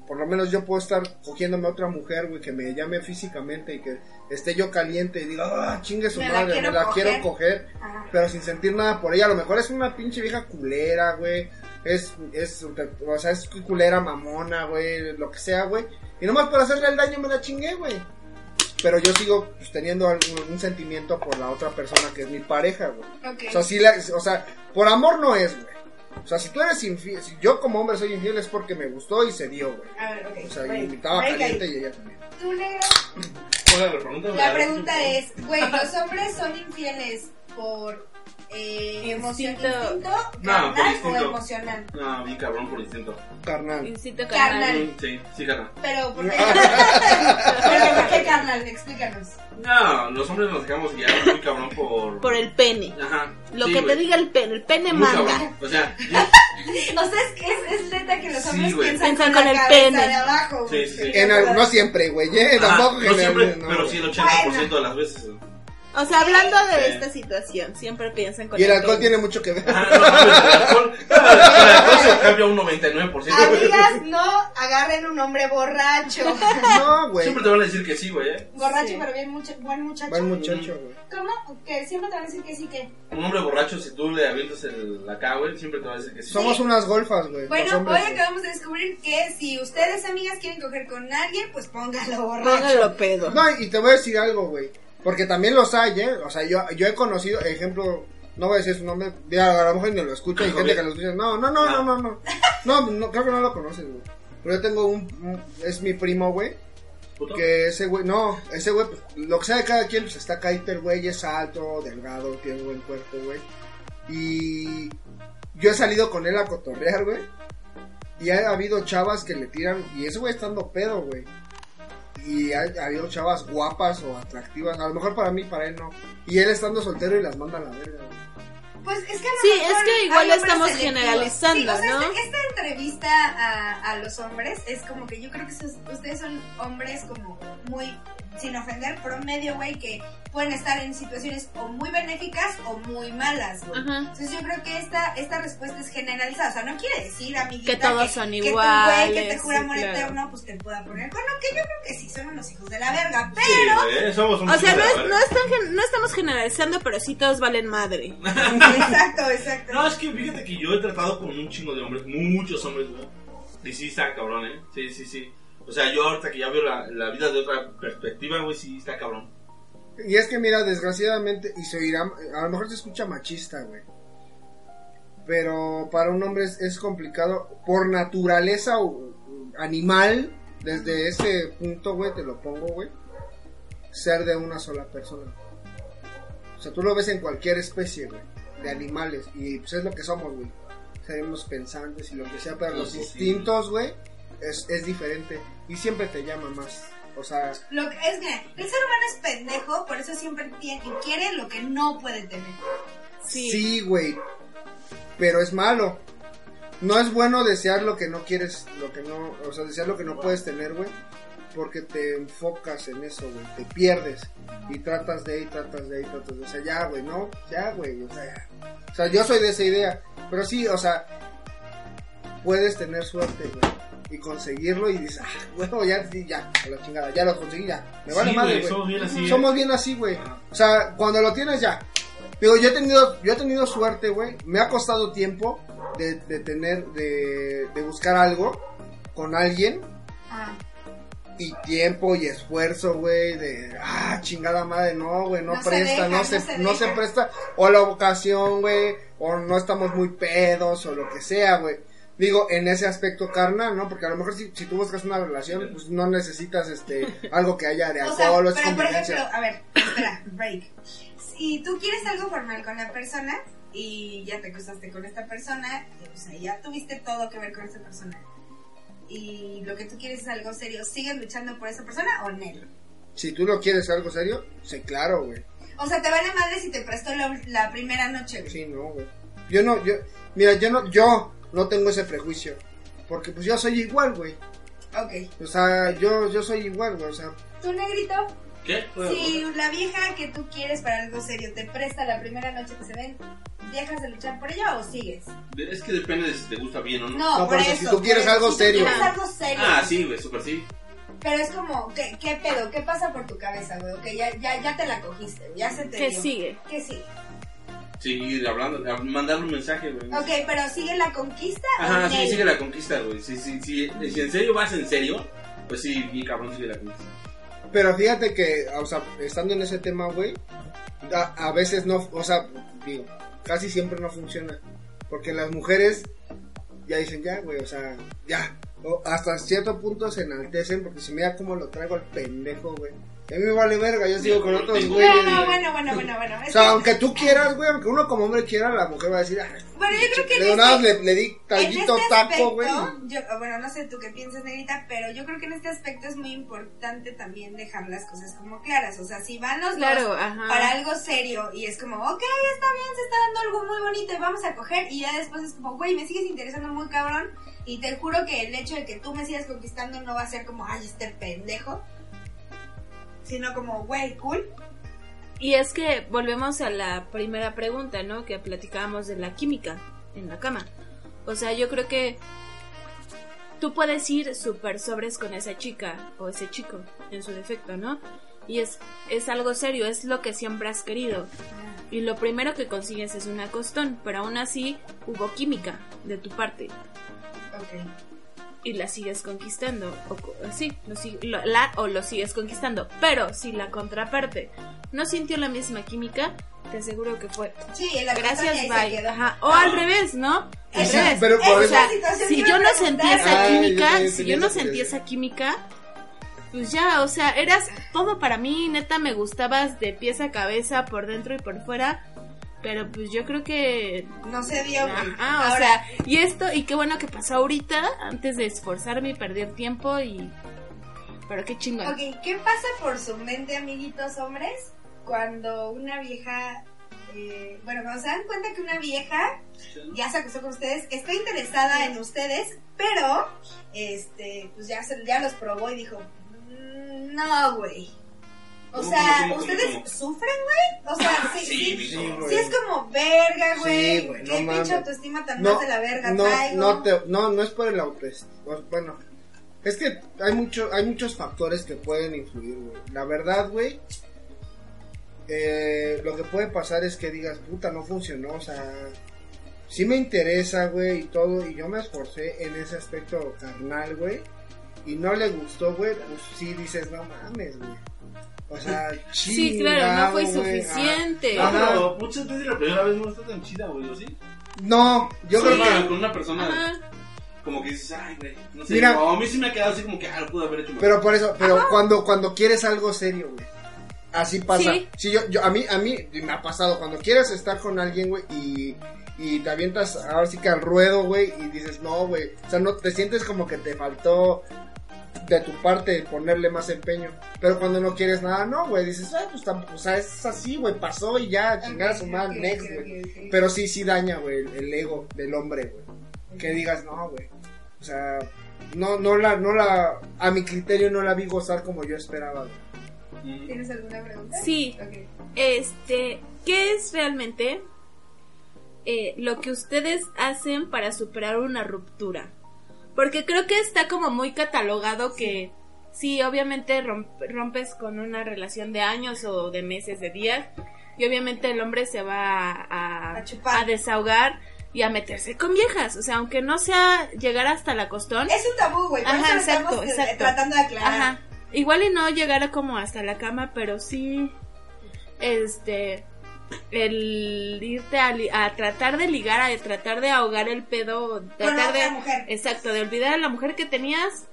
[SPEAKER 4] por lo menos yo puedo estar cogiéndome a otra mujer, güey, que me llame físicamente y que esté yo caliente y diga, ah, chingue su
[SPEAKER 1] Me la
[SPEAKER 4] madre,
[SPEAKER 1] quiero
[SPEAKER 4] me la
[SPEAKER 1] coger".
[SPEAKER 4] quiero coger,
[SPEAKER 1] Ajá.
[SPEAKER 4] pero sin sentir nada por ella. A lo mejor es una pinche vieja culera, güey. Es, es, o sea, es culera mamona, güey, lo que sea, güey. Y nomás por hacerle el daño me la chingué, güey. Pero yo sigo pues, teniendo algún un sentimiento por la otra persona que es mi pareja, güey.
[SPEAKER 1] Ok.
[SPEAKER 4] O sea, sí la- o sea, por amor no es, güey. O sea, si tú eres infiel, si yo como hombre soy infiel es porque me gustó y se dio, güey.
[SPEAKER 1] A ver, ok.
[SPEAKER 4] O sea,
[SPEAKER 1] break,
[SPEAKER 4] y estaba
[SPEAKER 1] break ahí.
[SPEAKER 4] caliente y ella también.
[SPEAKER 1] ¿Tú, negro?
[SPEAKER 3] Ponga la pregunta. güey, a
[SPEAKER 1] La
[SPEAKER 3] ver,
[SPEAKER 1] pregunta
[SPEAKER 3] tú.
[SPEAKER 1] es, güey, ¿los hombres son infieles por eh, emoción,
[SPEAKER 2] Instinto.
[SPEAKER 1] instinto,
[SPEAKER 3] No,
[SPEAKER 1] carnal
[SPEAKER 3] por
[SPEAKER 1] o
[SPEAKER 3] instinto.
[SPEAKER 1] emocional?
[SPEAKER 3] No, bien cabrón por instinto.
[SPEAKER 4] Carnal.
[SPEAKER 2] Incito
[SPEAKER 1] Carnal.
[SPEAKER 2] carnal.
[SPEAKER 1] Dale.
[SPEAKER 3] Sí, sí, carnal.
[SPEAKER 1] Pero, ¿por qué, pero, ¿por qué carnal? Explícanos.
[SPEAKER 3] No, los hombres nos dejamos guiar muy cabrón por.
[SPEAKER 2] Por el pene.
[SPEAKER 3] Ajá.
[SPEAKER 2] Lo
[SPEAKER 3] sí,
[SPEAKER 2] que
[SPEAKER 3] güey.
[SPEAKER 2] te diga el pene. El pene
[SPEAKER 3] Muy
[SPEAKER 2] manda.
[SPEAKER 3] cabrón. O sea, yo-
[SPEAKER 1] O sea, es, que es, es neta que los
[SPEAKER 3] Sí,
[SPEAKER 1] hombres
[SPEAKER 3] güey.
[SPEAKER 1] piensan
[SPEAKER 2] Piensan
[SPEAKER 1] con,
[SPEAKER 2] con
[SPEAKER 1] la
[SPEAKER 2] el
[SPEAKER 1] cabeza
[SPEAKER 2] pene.
[SPEAKER 1] de abajo.
[SPEAKER 3] Sí, sí, sí.
[SPEAKER 4] En algo- no siempre, güey, ¿eh?
[SPEAKER 3] Ajá,
[SPEAKER 4] Tampoco
[SPEAKER 3] no siempre,
[SPEAKER 4] general- no,
[SPEAKER 3] pero
[SPEAKER 4] güey.
[SPEAKER 3] sí el 80% de las veces.
[SPEAKER 2] O sea, hablando de
[SPEAKER 3] Sí.
[SPEAKER 2] esta situación, siempre piensan con
[SPEAKER 4] Y el alcohol
[SPEAKER 2] pene.
[SPEAKER 4] tiene mucho que ver.
[SPEAKER 2] Ah,
[SPEAKER 3] Ajá, Ah, no, mames, el alcohol, el alcohol se cambia un 99%. güey.
[SPEAKER 1] Amigas, no agarren un hombre borracho.
[SPEAKER 4] No, güey.
[SPEAKER 3] Siempre te van a decir que sí, güey. ¿eh?
[SPEAKER 1] borracho,
[SPEAKER 2] Sí.
[SPEAKER 1] pero bien mucha- buen muchacho.
[SPEAKER 4] Va el muchacho, güey.
[SPEAKER 1] ¿Cómo? Que siempre te van a decir que sí, que...
[SPEAKER 3] Un hombre borracho, si tú le avientas el, la K, güey, siempre te va a decir que sí.
[SPEAKER 4] Somos unas golfas, güey. los
[SPEAKER 1] Bueno,
[SPEAKER 4] hombres,
[SPEAKER 1] hoy
[SPEAKER 4] güey.
[SPEAKER 1] acabamos de descubrir que si ustedes, amigas, quieren coger con alguien, pues póngalo borracho.
[SPEAKER 2] Póngalo pedo.
[SPEAKER 4] No, y te voy a decir algo, güey. Porque también los hay, ¿eh? O sea, yo, yo he conocido, ejemplo, no voy a decir su nombre, ya, a lo mejor ni lo escucha, hay
[SPEAKER 3] Ah,
[SPEAKER 4] gente
[SPEAKER 3] joder.
[SPEAKER 4] que lo escucha. No, no, no, no,
[SPEAKER 3] Ah.
[SPEAKER 4] no, no. No, no, creo que no lo conoces, güey. Pero yo tengo un, un- es mi primo, güey.
[SPEAKER 3] Puto.
[SPEAKER 4] Que ese güey, no, ese güey, pues, lo que sea de cada quien, pues está Kiter, güey, es alto, delgado, tiene buen cuerpo, güey. Y yo he salido con él a cotorrear, güey. Y ha habido chavas que le tiran, y ese güey estando pedo, güey. Y ha, ha habido chavas guapas o atractivas, a lo mejor para mí, para él no. Y él estando soltero y las manda a la verga, güey.
[SPEAKER 1] Pues es que a lo
[SPEAKER 2] Sí,
[SPEAKER 1] mejor
[SPEAKER 2] es que
[SPEAKER 1] hay
[SPEAKER 2] igual
[SPEAKER 1] hombres
[SPEAKER 2] estamos
[SPEAKER 1] selectivos.
[SPEAKER 2] generalizando,
[SPEAKER 1] Sí, o sea,
[SPEAKER 2] ¿no?
[SPEAKER 1] este- Esta, entrevista a, a los hombres es como que yo creo que sus- ustedes son hombres como muy, sin ofender, promedio, güey, que pueden estar en situaciones o muy benéficas o muy malas, güey.
[SPEAKER 2] Ajá.
[SPEAKER 1] Entonces yo creo que esta, esta respuesta es generalizada, o sea, no quiere decir, amiguita,
[SPEAKER 2] Que todos son
[SPEAKER 1] que tu güey que te
[SPEAKER 2] iguales,
[SPEAKER 1] jura
[SPEAKER 2] sí,
[SPEAKER 1] amor
[SPEAKER 2] claro.
[SPEAKER 1] eterno, pues te pueda poner con lo que yo creo que sí, son unos hijos de la verga,
[SPEAKER 3] Sí,
[SPEAKER 1] pero...
[SPEAKER 3] güey, ¿eh? somos un
[SPEAKER 2] O sea,
[SPEAKER 3] chingo
[SPEAKER 2] no,
[SPEAKER 3] de
[SPEAKER 2] es-
[SPEAKER 3] la verga.
[SPEAKER 2] no, es tan gen- no estamos generalizando, pero sí todos valen madre.
[SPEAKER 1] Exacto, exacto.
[SPEAKER 3] No, es que fíjate que yo he tratado con un chingo de hombres, muchos hombres, güey. Y sí está cabrón, ¿eh? Sí, sí, sí. O sea, yo ahorita que ya veo la, la vida de otra perspectiva, güey, sí está cabrón.
[SPEAKER 4] Y es que mira, desgraciadamente, y se oirá, a lo mejor se escucha machista, güey. Pero para un hombre es, es complicado, por naturaleza o- o animal, desde ese punto, güey, te lo pongo, güey, ser de una sola persona. O sea, tú lo ves en cualquier especie, güey, de animales, y pues es lo que somos, güey. Seremos pensantes y lo que sea, pero
[SPEAKER 3] Sí,
[SPEAKER 4] los
[SPEAKER 3] sí, sí.
[SPEAKER 4] instintos, güey, es, es diferente. Y siempre te llama más. O sea,
[SPEAKER 1] Lo que es que el ser humano es pendejo, por eso siempre tiene, quiere lo que no puede tener.
[SPEAKER 2] Sí.
[SPEAKER 4] Sí, güey. pero es malo. No es bueno desear lo que no quieres, lo que no, o sea, desear lo que no puedes tener, güey. porque te enfocas en eso, güey, te pierdes y tratas de ahí, tratas de ahí, tratas de O sea, ya, güey, ¿no? Ya, güey, o sea, ya. O sea, yo soy de esa idea, pero sí, o sea, puedes tener suerte, güey. Y conseguirlo y dices, ah, huevo, ya, ya, a la chingada, ya lo conseguí, ya. Me vale
[SPEAKER 3] Sí,
[SPEAKER 4] madre,
[SPEAKER 3] güey,
[SPEAKER 4] güey.
[SPEAKER 3] somos bien así,
[SPEAKER 4] Somos
[SPEAKER 3] eh.
[SPEAKER 4] bien así, güey. O sea, cuando lo tienes ya. Digo, yo he tenido, yo he tenido suerte, güey. Me ha costado tiempo de, de tener, de, de buscar algo con alguien.
[SPEAKER 1] Ah,
[SPEAKER 4] Y tiempo y esfuerzo, güey, de, ah, chingada madre, no, güey, no,
[SPEAKER 1] No se
[SPEAKER 4] presta,
[SPEAKER 1] deja,
[SPEAKER 4] no,
[SPEAKER 1] no
[SPEAKER 4] se,
[SPEAKER 1] se
[SPEAKER 4] no se
[SPEAKER 1] deja.
[SPEAKER 4] presta. O la vocación, güey, o no estamos muy pedos, o lo que sea, güey. Digo, en ese aspecto carnal, ¿no? Porque a lo mejor si, si tú buscas una relación, pues no necesitas, este, algo que haya de
[SPEAKER 1] o sea,
[SPEAKER 4] alcohol, o es
[SPEAKER 1] pero por
[SPEAKER 4] convivencia.
[SPEAKER 1] ejemplo, a ver, espera, break. Si tú quieres algo formal con la persona y ya te casaste con esta persona, y, o sea, ya tuviste todo que ver con esta persona. Y lo que tú quieres es algo serio, ¿sigues luchando por esa persona o no?
[SPEAKER 4] Si tú lo quieres algo serio, sí, claro, güey.
[SPEAKER 1] O sea, te vale madre si te prestó la, la primera noche, güey.
[SPEAKER 4] Sí, no, güey. Yo no, yo, mira, yo no, yo no tengo ese prejuicio. Porque pues yo soy igual, güey.
[SPEAKER 1] Ok.
[SPEAKER 4] O sea, yo, yo soy igual, güey. O sea,
[SPEAKER 1] ¿Tú, negrito?
[SPEAKER 3] ¿Qué? Bueno,
[SPEAKER 1] Si
[SPEAKER 4] pues,
[SPEAKER 1] la vieja que tú quieres para algo serio te presta la primera noche que se ven, ¿dejas de luchar por ella o sigues?
[SPEAKER 3] Es que depende de si te gusta bien o no.
[SPEAKER 1] No,
[SPEAKER 4] No,
[SPEAKER 1] por
[SPEAKER 4] pero
[SPEAKER 1] eso.
[SPEAKER 4] si tú quieres
[SPEAKER 1] por eso, si
[SPEAKER 4] algo
[SPEAKER 1] tú
[SPEAKER 4] serio.
[SPEAKER 1] quieres algo serio.
[SPEAKER 3] Ah, sí, güey, súper sí.
[SPEAKER 1] Pero es como, ¿qué, qué pedo? ¿Qué pasa por tu cabeza, güey? Ok, ya, ya, ya te la cogiste, ya se te
[SPEAKER 2] ¿Qué
[SPEAKER 1] dio.
[SPEAKER 2] sigue?
[SPEAKER 1] Que sí.
[SPEAKER 3] Seguir hablando, a- mandarle un mensaje, güey.
[SPEAKER 1] Ok, pero ¿sigue la conquista
[SPEAKER 3] Ajá,
[SPEAKER 1] o
[SPEAKER 3] sí,
[SPEAKER 1] nel?
[SPEAKER 3] sigue la conquista, güey. Sí, sí, sí. Si en serio vas en serio, pues sí, bien cabrón sigue la conquista.
[SPEAKER 4] pero fíjate que, o sea, estando en ese tema, güey, a, a veces no, o sea, digo, casi siempre no funciona. Porque las mujeres ya dicen, ya, güey, o sea, ya. O hasta cierto punto se enaltecen porque se mira cómo lo traigo al pendejo, güey. Y A mí me vale verga, yo sigo con otros güeyes.
[SPEAKER 1] Bueno,
[SPEAKER 4] güey.
[SPEAKER 1] bueno, bueno, bueno, bueno.
[SPEAKER 4] O
[SPEAKER 1] Es que-
[SPEAKER 4] sea, aunque tú quieras, güey, aunque uno como hombre quiera, la mujer va a decir, ah,
[SPEAKER 1] Bueno, yo creo que en
[SPEAKER 4] le, nada más
[SPEAKER 1] este-
[SPEAKER 4] le, le di tallito
[SPEAKER 1] En este
[SPEAKER 4] taco, güey.
[SPEAKER 1] aspecto, yo- Bueno, no sé tú qué piensas, Negrita, pero yo creo que en este aspecto es muy importante también dejar las cosas como claras. O sea, si van los
[SPEAKER 2] Claro,
[SPEAKER 1] dos
[SPEAKER 2] ajá.
[SPEAKER 1] para algo serio y es como, ok, está bien, se está dando algo muy bonito y vamos a coger, y ya después es como, güey, me sigues interesando muy cabrón, y te juro que el hecho de que tú me sigas conquistando no va a ser como, ay, este pendejo, sino como, güey, cool.
[SPEAKER 2] Y es que volvemos a la primera pregunta, ¿no? Que platicábamos de la química en la cama. O sea, yo creo que tú puedes ir súper sobres con esa chica o ese chico en su defecto, ¿no? Y es, es algo serio, es lo que siempre has querido. Y lo primero que consigues es un acostón, pero aún así hubo química de tu parte
[SPEAKER 1] Ok.
[SPEAKER 2] y la sigues conquistando. O, co- eh, sí, lo, sig- lo- la, o lo sigues conquistando. Pero si la contraparte no sintió la misma química, te aseguro que fue.
[SPEAKER 1] Sí, en la
[SPEAKER 2] Gracias,
[SPEAKER 1] pantalla ahí se
[SPEAKER 2] bye.
[SPEAKER 1] quedó.
[SPEAKER 2] Ajá. O al revés, ¿no? Al
[SPEAKER 1] Esa-
[SPEAKER 2] revés.
[SPEAKER 4] pero por
[SPEAKER 2] o
[SPEAKER 4] eso-
[SPEAKER 2] sea,
[SPEAKER 1] situación
[SPEAKER 2] si
[SPEAKER 1] que
[SPEAKER 2] yo
[SPEAKER 1] me
[SPEAKER 2] no sentí esa
[SPEAKER 4] preguntaron. Ay, yo
[SPEAKER 2] química,
[SPEAKER 4] también
[SPEAKER 2] si
[SPEAKER 4] tenía
[SPEAKER 2] yo no
[SPEAKER 4] esa
[SPEAKER 2] sentí
[SPEAKER 4] curiosidad.
[SPEAKER 2] esa química, pues ya, o sea, eras todo para mí, neta, me gustabas de pies a cabeza, por dentro y por fuera. Pero pues yo creo que
[SPEAKER 1] No se dio, güey.
[SPEAKER 2] Ajá, o
[SPEAKER 1] Ahora,
[SPEAKER 2] sea, y esto, y qué bueno que pasó ahorita, antes de esforzarme y perder tiempo y... Pero qué chingón.
[SPEAKER 1] Ok, ¿qué pasa por su mente, amiguitos hombres, cuando una vieja... eh, bueno, cuando se dan cuenta que una vieja ya se acostó con ustedes, está interesada en ustedes, pero este, pues ya, se- ya los probó y dijo, "Mm, no, güey. O
[SPEAKER 3] ¿Cómo,
[SPEAKER 1] sea,
[SPEAKER 3] cómo, cómo, cómo,
[SPEAKER 1] ¿ustedes
[SPEAKER 3] cómo?
[SPEAKER 1] sufren, güey? O sea, sí,
[SPEAKER 3] Sí,
[SPEAKER 1] sí.
[SPEAKER 3] mi
[SPEAKER 4] Sí,
[SPEAKER 3] cabrón.
[SPEAKER 4] güey.
[SPEAKER 1] Sí es como verga,
[SPEAKER 4] Sí,
[SPEAKER 1] güey.
[SPEAKER 4] güey, no
[SPEAKER 1] Qué
[SPEAKER 4] mames.
[SPEAKER 1] pinche autoestima tan
[SPEAKER 4] No,
[SPEAKER 1] más de la verga
[SPEAKER 4] no,
[SPEAKER 1] traigo.
[SPEAKER 4] no, te- no, no es por el autoestima. pues, Bueno, es que hay, mucho, hay muchos factores que pueden influir, güey. La verdad, güey, eh, lo que puede pasar es que digas, puta, no funcionó, o sea, sí me interesa, güey, y todo, y yo me esforcé en ese aspecto carnal, güey, y no le gustó, güey, pues sí dices, no mames, güey. O sea,
[SPEAKER 2] Sí, claro, no fue
[SPEAKER 4] chingado, güey, ah.
[SPEAKER 2] suficiente.
[SPEAKER 3] No,
[SPEAKER 4] Ajá.
[SPEAKER 3] pero muchas veces la primera vez no está tan chida, güey, ¿o sí?
[SPEAKER 4] No, yo
[SPEAKER 3] Sí,
[SPEAKER 4] creo que
[SPEAKER 3] Con una persona
[SPEAKER 2] Ajá.
[SPEAKER 3] como que dices, ay, güey, no sé.
[SPEAKER 4] Mira.
[SPEAKER 3] no, a mí sí me ha quedado así como que, ah, lo pude haber hecho mejor.
[SPEAKER 4] Pero por eso, pero cuando, cuando quieres algo serio, güey. Así pasa.
[SPEAKER 2] Sí.
[SPEAKER 4] Sí, yo, yo, a mí, a mí me ha pasado. Cuando quieres estar con alguien, güey, y, y te avientas ahora sí que al ruedo, güey, y dices, no, güey. O sea, no te sientes como que te faltó de tu parte ponerle más empeño. Pero cuando no quieres nada, no, güey. Dices, ah, pues tampoco, o sea, es así, güey, pasó y ya, chingar a su madre,
[SPEAKER 1] Ok,
[SPEAKER 4] next,
[SPEAKER 1] ok,
[SPEAKER 4] güey.
[SPEAKER 1] ok, ok.
[SPEAKER 4] Pero sí, sí daña, güey, el, el ego del hombre, güey. Que digas, no, güey. O sea, no, no la, no la, a mi criterio no la vi gozar como yo esperaba. güey.
[SPEAKER 1] ¿Tienes alguna pregunta?
[SPEAKER 2] Sí.
[SPEAKER 1] Ok.
[SPEAKER 2] Este, ¿qué es realmente eh, lo que ustedes hacen para superar una ruptura? Porque creo que está como muy catalogado que sí, obviamente romp- rompes con una relación de años o de meses, de días, y obviamente el hombre se va a, a-
[SPEAKER 1] A chupar.
[SPEAKER 2] a desahogar y a meterse con viejas. O sea, aunque no sea llegar hasta la costón,
[SPEAKER 1] Es un tabú, güey. por
[SPEAKER 2] Ajá,
[SPEAKER 1] eso lo
[SPEAKER 2] exacto,
[SPEAKER 1] estamos, eh,
[SPEAKER 2] exacto.
[SPEAKER 1] tratando de aclarar.
[SPEAKER 2] Ajá. Igual y no llegara como hasta la cama, pero sí. Este. El irte a, li- a tratar de ligar, a tratar de ahogar el pedo.
[SPEAKER 1] Con la
[SPEAKER 2] Tratar
[SPEAKER 1] otra
[SPEAKER 2] de.
[SPEAKER 1] mujer.
[SPEAKER 2] Exacto, de olvidar a la mujer que tenías.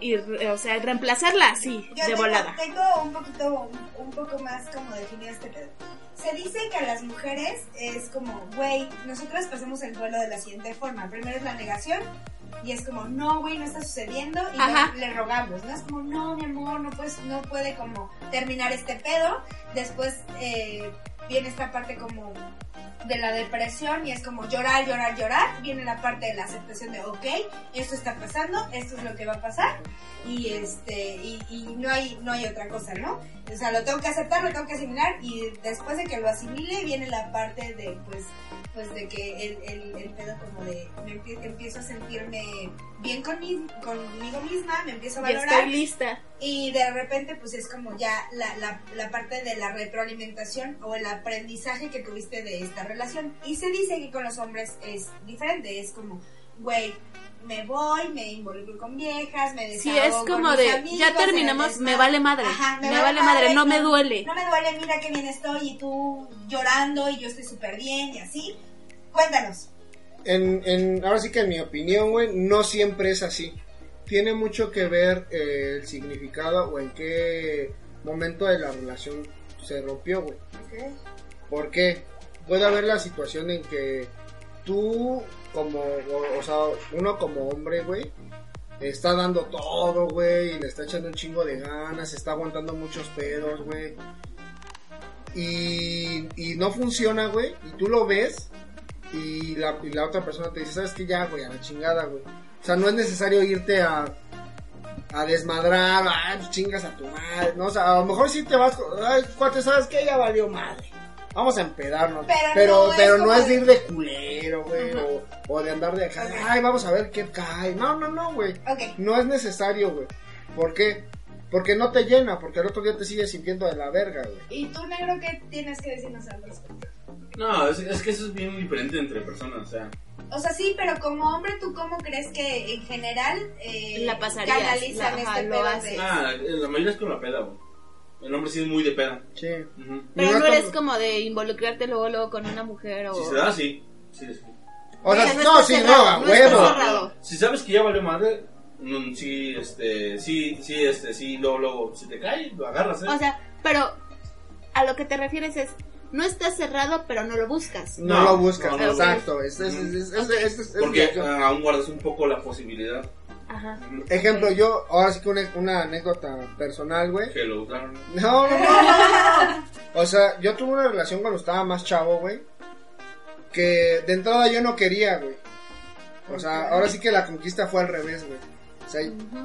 [SPEAKER 2] Y, re- o sea, reemplazarla así,
[SPEAKER 1] Yo
[SPEAKER 2] de
[SPEAKER 1] tengo,
[SPEAKER 2] volada.
[SPEAKER 1] tengo un poquito, un, un poco más como definido este pedo. Se dice que a las mujeres es como, güey, nosotras pasamos el duelo de la siguiente forma. Primero es la negación y es como, no, güey, no está sucediendo y
[SPEAKER 2] Ajá.
[SPEAKER 1] le, le rogamos, ¿no? Es como, no, mi amor, no, puedes, no puede como terminar este pedo. Después eh, viene esta parte como de la depresión y es como llorar, llorar, llorar. Viene la parte de la aceptación de, ok, esto está pasando, esto es lo que va a pasar y este y, y no hay no hay otra cosa, ¿no? O sea, lo tengo que aceptar, lo tengo que asimilar y después de que lo asimile viene la parte de pues pues de que el, el, el pedo como de me empie- empiezo a sentirme bien con mi- conmigo misma, me empiezo a
[SPEAKER 2] Ya
[SPEAKER 1] valorar
[SPEAKER 2] estoy lista.
[SPEAKER 1] y de repente pues es como ya la, la, la parte de la retroalimentación o el aprendizaje que tuviste de esta relación. Y se dice que con los hombres es diferente, es como, güey, me voy, me involucro con viejas, me
[SPEAKER 2] Sí,
[SPEAKER 1] desahogo
[SPEAKER 2] es
[SPEAKER 1] con
[SPEAKER 2] como
[SPEAKER 1] mis
[SPEAKER 2] de.
[SPEAKER 1] amigos,
[SPEAKER 2] ya
[SPEAKER 1] en el
[SPEAKER 2] terminamos, me
[SPEAKER 1] desmadre".
[SPEAKER 2] vale madre.
[SPEAKER 1] Ajá,
[SPEAKER 2] me, vale madre, no me duele.
[SPEAKER 1] No me duele, mira qué bien estoy y tú llorando y yo estoy súper bien y así. Cuéntanos.
[SPEAKER 4] en, en- ahora sí que en mi opinión, güey, no siempre es así. Tiene mucho que ver eh, el significado o en qué momento de la relación se rompió, güey. ¿Por qué? Puede haber la situación en que tú, como, o, o sea, uno como hombre, güey, está dando todo, güey, y le está echando un chingo de ganas, está aguantando muchos pedos, güey. Y, y no funciona, güey, y tú lo ves, y la, y la otra persona te dice, ¿sabes qué? Ya, güey, a la chingada, güey. O sea, no es necesario irte a, a desmadrar, ah, chingas a tu madre, ¿no? O sea, a lo mejor sí te vas, con- ay, cuate, ¿sabes qué? Ya valió madre. Vamos a empedarnos.
[SPEAKER 1] Pero
[SPEAKER 4] Pero,
[SPEAKER 1] no
[SPEAKER 4] pero,
[SPEAKER 1] es
[SPEAKER 4] no
[SPEAKER 1] como
[SPEAKER 4] es
[SPEAKER 1] de-
[SPEAKER 4] de ir de culero, güey,
[SPEAKER 1] Ajá.
[SPEAKER 4] o, o de andar de acá,
[SPEAKER 1] Ok.
[SPEAKER 4] ay, vamos a ver qué cae. No, no, no, güey.
[SPEAKER 1] Ok,
[SPEAKER 4] No es necesario, güey. ¿Por qué? Porque no te llena, porque al otro día te sigues sintiendo de la verga, güey.
[SPEAKER 1] ¿y tú, negro, qué tienes que decirnos al respecto?
[SPEAKER 3] No, es, es que eso es bien diferente entre personas, o sea.
[SPEAKER 1] O sea, sí, pero como hombre, ¿tú cómo crees que en general eh,
[SPEAKER 2] La pasarías,
[SPEAKER 1] canalizan
[SPEAKER 2] la-
[SPEAKER 1] este
[SPEAKER 2] ajá, lo
[SPEAKER 1] pedo de-
[SPEAKER 2] haces.
[SPEAKER 3] Ah, la mayoría es con la peda, güey. El hombre sí es muy de peda.
[SPEAKER 4] Sí.
[SPEAKER 3] Ujú.
[SPEAKER 2] Pero
[SPEAKER 4] Y
[SPEAKER 2] no
[SPEAKER 4] no
[SPEAKER 2] eres
[SPEAKER 4] como-
[SPEAKER 2] como de involucrarte luego, luego con una mujer o.
[SPEAKER 3] Si se da, sí. Sí, sí.
[SPEAKER 4] O sea,
[SPEAKER 2] Mira,
[SPEAKER 4] no,
[SPEAKER 2] está
[SPEAKER 4] sí, no,
[SPEAKER 2] cerrado,
[SPEAKER 4] a
[SPEAKER 2] no está
[SPEAKER 4] huevo.
[SPEAKER 2] cerrado.
[SPEAKER 3] Si sabes que ya valió madre, mm, sí, este, sí, sí, este, sí, luego, luego, si te cae, lo agarras, ¿eh?
[SPEAKER 2] O sea, pero a lo que te refieres es, no estás cerrado, pero no lo buscas.
[SPEAKER 4] No,
[SPEAKER 3] No,
[SPEAKER 4] lo buscas,
[SPEAKER 3] no, no.
[SPEAKER 4] exacto. Es, es, es, es- es- es- es-
[SPEAKER 3] Porque
[SPEAKER 4] es-
[SPEAKER 3] ah, aún guardas un poco la posibilidad.
[SPEAKER 2] Ajá.
[SPEAKER 3] Ujú.
[SPEAKER 4] Ejemplo, yo, ahora sí que una, una anécdota personal, güey.
[SPEAKER 3] Que lo usaron.
[SPEAKER 4] No, no, no, no, no. O sea, yo tuve una relación cuando estaba más chavo, güey. Que de entrada yo no quería, güey. O sea, ahora sí que la conquista fue al revés, güey. O sea,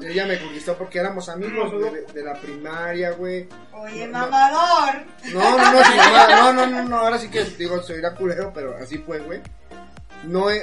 [SPEAKER 4] ella me conquistó porque éramos amigos, güey, de, de la primaria, güey.
[SPEAKER 1] Oye,
[SPEAKER 4] No, no.
[SPEAKER 1] mamador.
[SPEAKER 4] No, no, no, sin mamada, no, no, no, no, ahora sí que digo, se oirá culero, pero así fue, güey. No, eh, eh,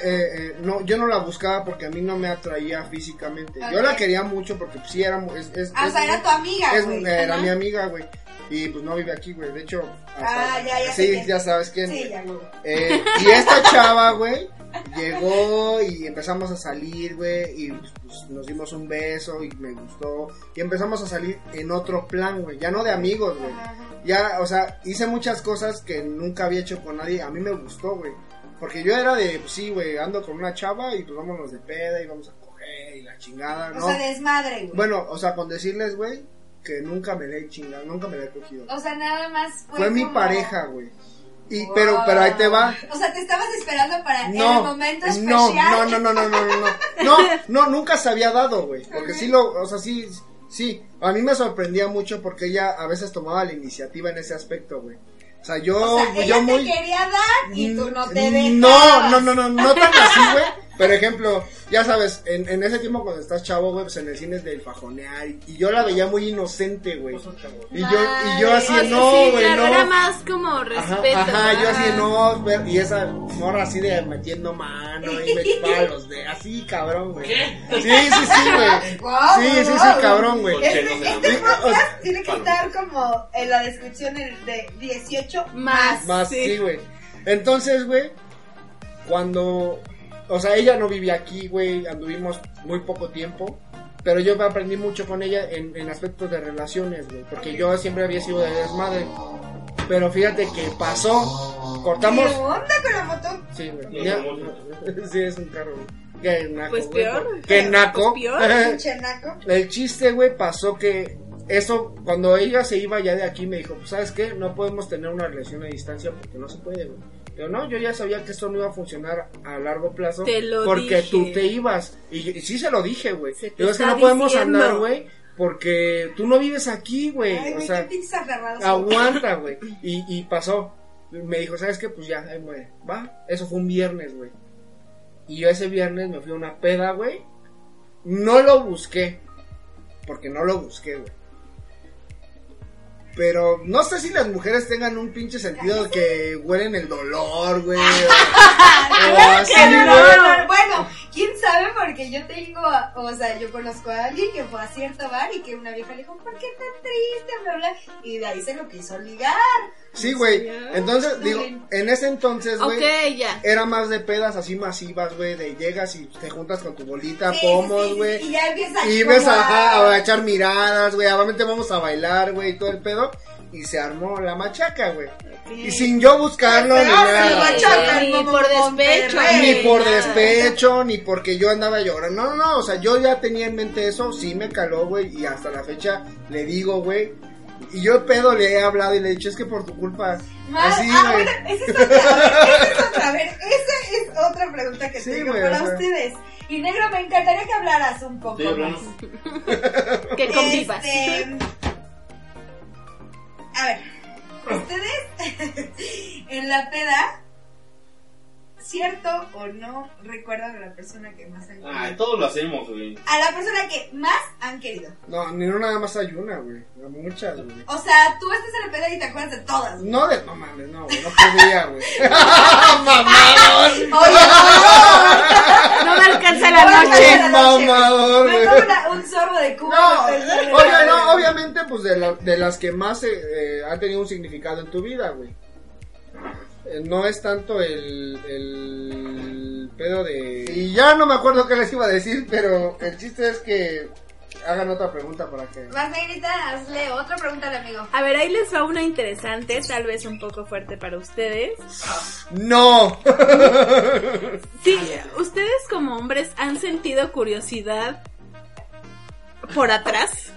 [SPEAKER 4] eh, no, yo no la buscaba porque a mí no me atraía físicamente. Yo la
[SPEAKER 1] Ok.
[SPEAKER 4] quería mucho porque pues, sí era, mu- es, es,
[SPEAKER 1] Ah, o
[SPEAKER 4] es
[SPEAKER 1] sea,
[SPEAKER 4] muy-
[SPEAKER 1] era tu amiga,
[SPEAKER 4] es,
[SPEAKER 1] güey.
[SPEAKER 4] era
[SPEAKER 2] Ajá.
[SPEAKER 4] mi amiga, güey. Y pues no vive aquí, güey. De hecho,
[SPEAKER 1] Ah, ya, ya sé
[SPEAKER 4] Sí,
[SPEAKER 1] quién.
[SPEAKER 4] ya sabes quién.
[SPEAKER 1] Sí,
[SPEAKER 4] güey.
[SPEAKER 1] ya, güey.
[SPEAKER 4] Eh, y esta chava, güey, llegó y empezamos a salir, güey. Y pues, pues, nos dimos un beso y me gustó. Y empezamos a salir en otro plan, güey. Ya no de amigos, güey.
[SPEAKER 1] Ajá, ajá.
[SPEAKER 4] Ya, o sea, hice muchas cosas que nunca había hecho con nadie. A mí me gustó, güey. Porque yo era de, pues, sí, güey, ando con una chava y pues vámonos de peda y vamos a coger y la chingada, ¿no?
[SPEAKER 1] O sea, desmadre, güey.
[SPEAKER 4] Bueno, o sea, con decirles, güey, que nunca me le he chingado, nunca me la he cogido.
[SPEAKER 1] o sea, nada más fue.
[SPEAKER 4] Fue mi
[SPEAKER 1] como-
[SPEAKER 4] pareja, güey. Y
[SPEAKER 1] Wow.
[SPEAKER 4] pero pero ahí te va.
[SPEAKER 1] O sea, te estabas esperando para
[SPEAKER 4] No,
[SPEAKER 1] el momento especial.
[SPEAKER 4] no, no, no, no, no, no, no, no, no, no, nunca se había dado, güey, porque sí lo, o sea, sí, sí, a mí me sorprendía mucho porque ella a veces tomaba la iniciativa en ese aspecto, güey, o sea, yo,
[SPEAKER 1] O sea, ella
[SPEAKER 4] yo
[SPEAKER 1] te
[SPEAKER 4] muy,
[SPEAKER 1] quería dar y tú no te
[SPEAKER 4] no,
[SPEAKER 1] dejabas.
[SPEAKER 4] no, no, no, no tan así, güey, Pero ejemplo, ya sabes, en, en ese tiempo cuando estás chavo, güey, pues en el cine es del fajonear. Y, y yo la veía muy inocente, güey. Y yo, y yo así,
[SPEAKER 2] Vale.
[SPEAKER 4] no,
[SPEAKER 2] O sea, sí,
[SPEAKER 4] güey,
[SPEAKER 2] claro,
[SPEAKER 4] no.
[SPEAKER 2] Era más como
[SPEAKER 4] Ajá,
[SPEAKER 2] respeto.
[SPEAKER 4] ajá, yo así
[SPEAKER 2] ajá.
[SPEAKER 4] no, ver- y esa morra así de metiendo mano y me chupaba los de así cabrón, güey. Sí, sí, sí, güey.
[SPEAKER 1] Guau,
[SPEAKER 4] Sí, sí, sí,
[SPEAKER 1] guau.
[SPEAKER 4] cabrón, güey.
[SPEAKER 3] Porque
[SPEAKER 1] Este,
[SPEAKER 3] no se
[SPEAKER 1] este
[SPEAKER 4] llama.
[SPEAKER 1] podcast tiene que
[SPEAKER 3] Palo.
[SPEAKER 1] estar como en la descripción el de 18
[SPEAKER 2] Más.
[SPEAKER 4] Más,
[SPEAKER 2] sí.
[SPEAKER 4] sí, güey. Entonces, güey, cuando. O sea, ella no vivía aquí, güey. Anduvimos muy poco tiempo. Pero yo aprendí mucho con ella en, en aspectos de relaciones, güey. Porque yo siempre había sido de desmadre. Pero fíjate que pasó. Cortamos.
[SPEAKER 1] ¿Qué onda con la moto?
[SPEAKER 4] Sí, güey.
[SPEAKER 3] No,
[SPEAKER 4] Ya-
[SPEAKER 3] no, no.
[SPEAKER 4] sí, es un carro, güey. Qué naco.
[SPEAKER 2] Pues
[SPEAKER 4] güey,
[SPEAKER 2] peor.
[SPEAKER 4] Qué naco.
[SPEAKER 2] Pues peor.
[SPEAKER 1] Pinche naco.
[SPEAKER 4] El chiste, güey, pasó que eso, cuando ella se iba ya de aquí, me dijo, pues, ¿sabes qué? No podemos tener una relación a distancia porque no se puede, güey. Yo, no, yo ya sabía que esto no iba a funcionar a largo plazo.
[SPEAKER 2] Te lo
[SPEAKER 4] Porque
[SPEAKER 2] dije.
[SPEAKER 4] tú te ibas. Y, yo- y sí se lo dije, güey.
[SPEAKER 2] Se te
[SPEAKER 4] Yo, es que
[SPEAKER 2] está
[SPEAKER 4] no podemos
[SPEAKER 2] diciendo".
[SPEAKER 4] andar, güey, porque tú no vives aquí, güey.
[SPEAKER 1] Ay,
[SPEAKER 4] O
[SPEAKER 1] güey, qué
[SPEAKER 4] sea,
[SPEAKER 1] pinches aferrados.
[SPEAKER 4] aguanta, güey. Y, y pasó. Me dijo, ¿sabes qué? Pues ya, ahí muere. Va. Eso fue un viernes, güey. Y yo ese viernes me fui a una peda, güey. No lo busqué. Porque no lo busqué, güey. Pero no sé si las mujeres tengan un pinche sentido de que huelen el dolor, güey. O, o así,
[SPEAKER 1] No,
[SPEAKER 4] güey.
[SPEAKER 1] no, no, bueno, quién sabe porque yo tengo, a- o sea, yo conozco a alguien que fue a cierto bar y que una vieja le dijo, ¿por qué tan triste? Bla, bla, y de ahí se lo quiso ligar.
[SPEAKER 4] Sí, güey. Entonces,
[SPEAKER 1] No,
[SPEAKER 4] digo,
[SPEAKER 1] güey.
[SPEAKER 4] en ese entonces, güey.
[SPEAKER 2] Ok, ya.
[SPEAKER 4] Era más de pedas así masivas, güey, de llegas y te juntas con tu bolita,
[SPEAKER 1] Sí, sí, sí,
[SPEAKER 4] pomos,
[SPEAKER 1] sí,
[SPEAKER 4] güey.
[SPEAKER 1] Y ya empieza
[SPEAKER 4] Y ves
[SPEAKER 1] como
[SPEAKER 4] ajá, a echar miradas, güey. Obviamente vamos a bailar, güey, todo el pedo. Y se armó la machaca, güey. Y sin yo buscarlo ni
[SPEAKER 1] Pero
[SPEAKER 4] nada.
[SPEAKER 1] se
[SPEAKER 4] güey.
[SPEAKER 1] Ah, machaca,
[SPEAKER 2] Ni
[SPEAKER 1] como
[SPEAKER 2] por despecho, Este,
[SPEAKER 1] Monterrey.
[SPEAKER 4] Ni
[SPEAKER 2] güey,
[SPEAKER 4] por
[SPEAKER 2] nada.
[SPEAKER 4] despecho, ni porque yo andaba llorando. No, no, no. O sea, yo ya tenía en mente eso. Sí me caló, güey. Y hasta la fecha le digo, güey. Y yo pedo le he hablado y le he dicho, es que por tu culpa.
[SPEAKER 1] Más,
[SPEAKER 4] así,
[SPEAKER 1] ah,
[SPEAKER 4] güey.
[SPEAKER 1] bueno, esa es otra, esa es otra, a ver, esa es otra pregunta que
[SPEAKER 4] Sí,
[SPEAKER 1] tengo
[SPEAKER 4] güey,
[SPEAKER 1] para
[SPEAKER 4] o sea.
[SPEAKER 1] ustedes. Y negro, me encantaría que hablaras un poco
[SPEAKER 3] Estoy
[SPEAKER 1] más.
[SPEAKER 3] hablando.
[SPEAKER 2] Que convivas.
[SPEAKER 1] Este, a ver, ustedes en la peda, ¿cierto o no recuerdan a la persona que más han
[SPEAKER 3] Ay,
[SPEAKER 1] querido?
[SPEAKER 3] todos lo hacemos, güey.
[SPEAKER 1] A la persona que más han querido.
[SPEAKER 4] No, ni una nada más hay una, güey. Muchas, güey.
[SPEAKER 1] O sea, tú estás en la peda y te acuerdas de todas. güey.
[SPEAKER 4] No, de, no mames, no, güey. No podría, güey. ¡Mamador!
[SPEAKER 1] Oye,
[SPEAKER 2] Este, No me alcanza
[SPEAKER 1] No me
[SPEAKER 2] la
[SPEAKER 1] alcanza
[SPEAKER 2] noche.
[SPEAKER 1] la-
[SPEAKER 4] ¡Qué mamador,
[SPEAKER 1] me
[SPEAKER 4] güey!
[SPEAKER 1] tomo una- un sorbo de cuba.
[SPEAKER 4] No,
[SPEAKER 1] perdón.
[SPEAKER 4] oye, no, obviamente, pues de, la- de las que más eh, eh, ha tenido un significado en tu vida, güey. Eh, No es tanto el, el pedo de... Y ya no me acuerdo qué les iba a decir, pero el chiste es que hagan otra pregunta para que...
[SPEAKER 1] Vas, Negrita, hazle otra pregunta al amigo.
[SPEAKER 2] A ver, ahí les va una interesante, tal vez un poco fuerte para ustedes.
[SPEAKER 4] ¡No!
[SPEAKER 2] Sí,
[SPEAKER 4] Ah,
[SPEAKER 2] ustedes como hombres han sentido curiosidad por atrás.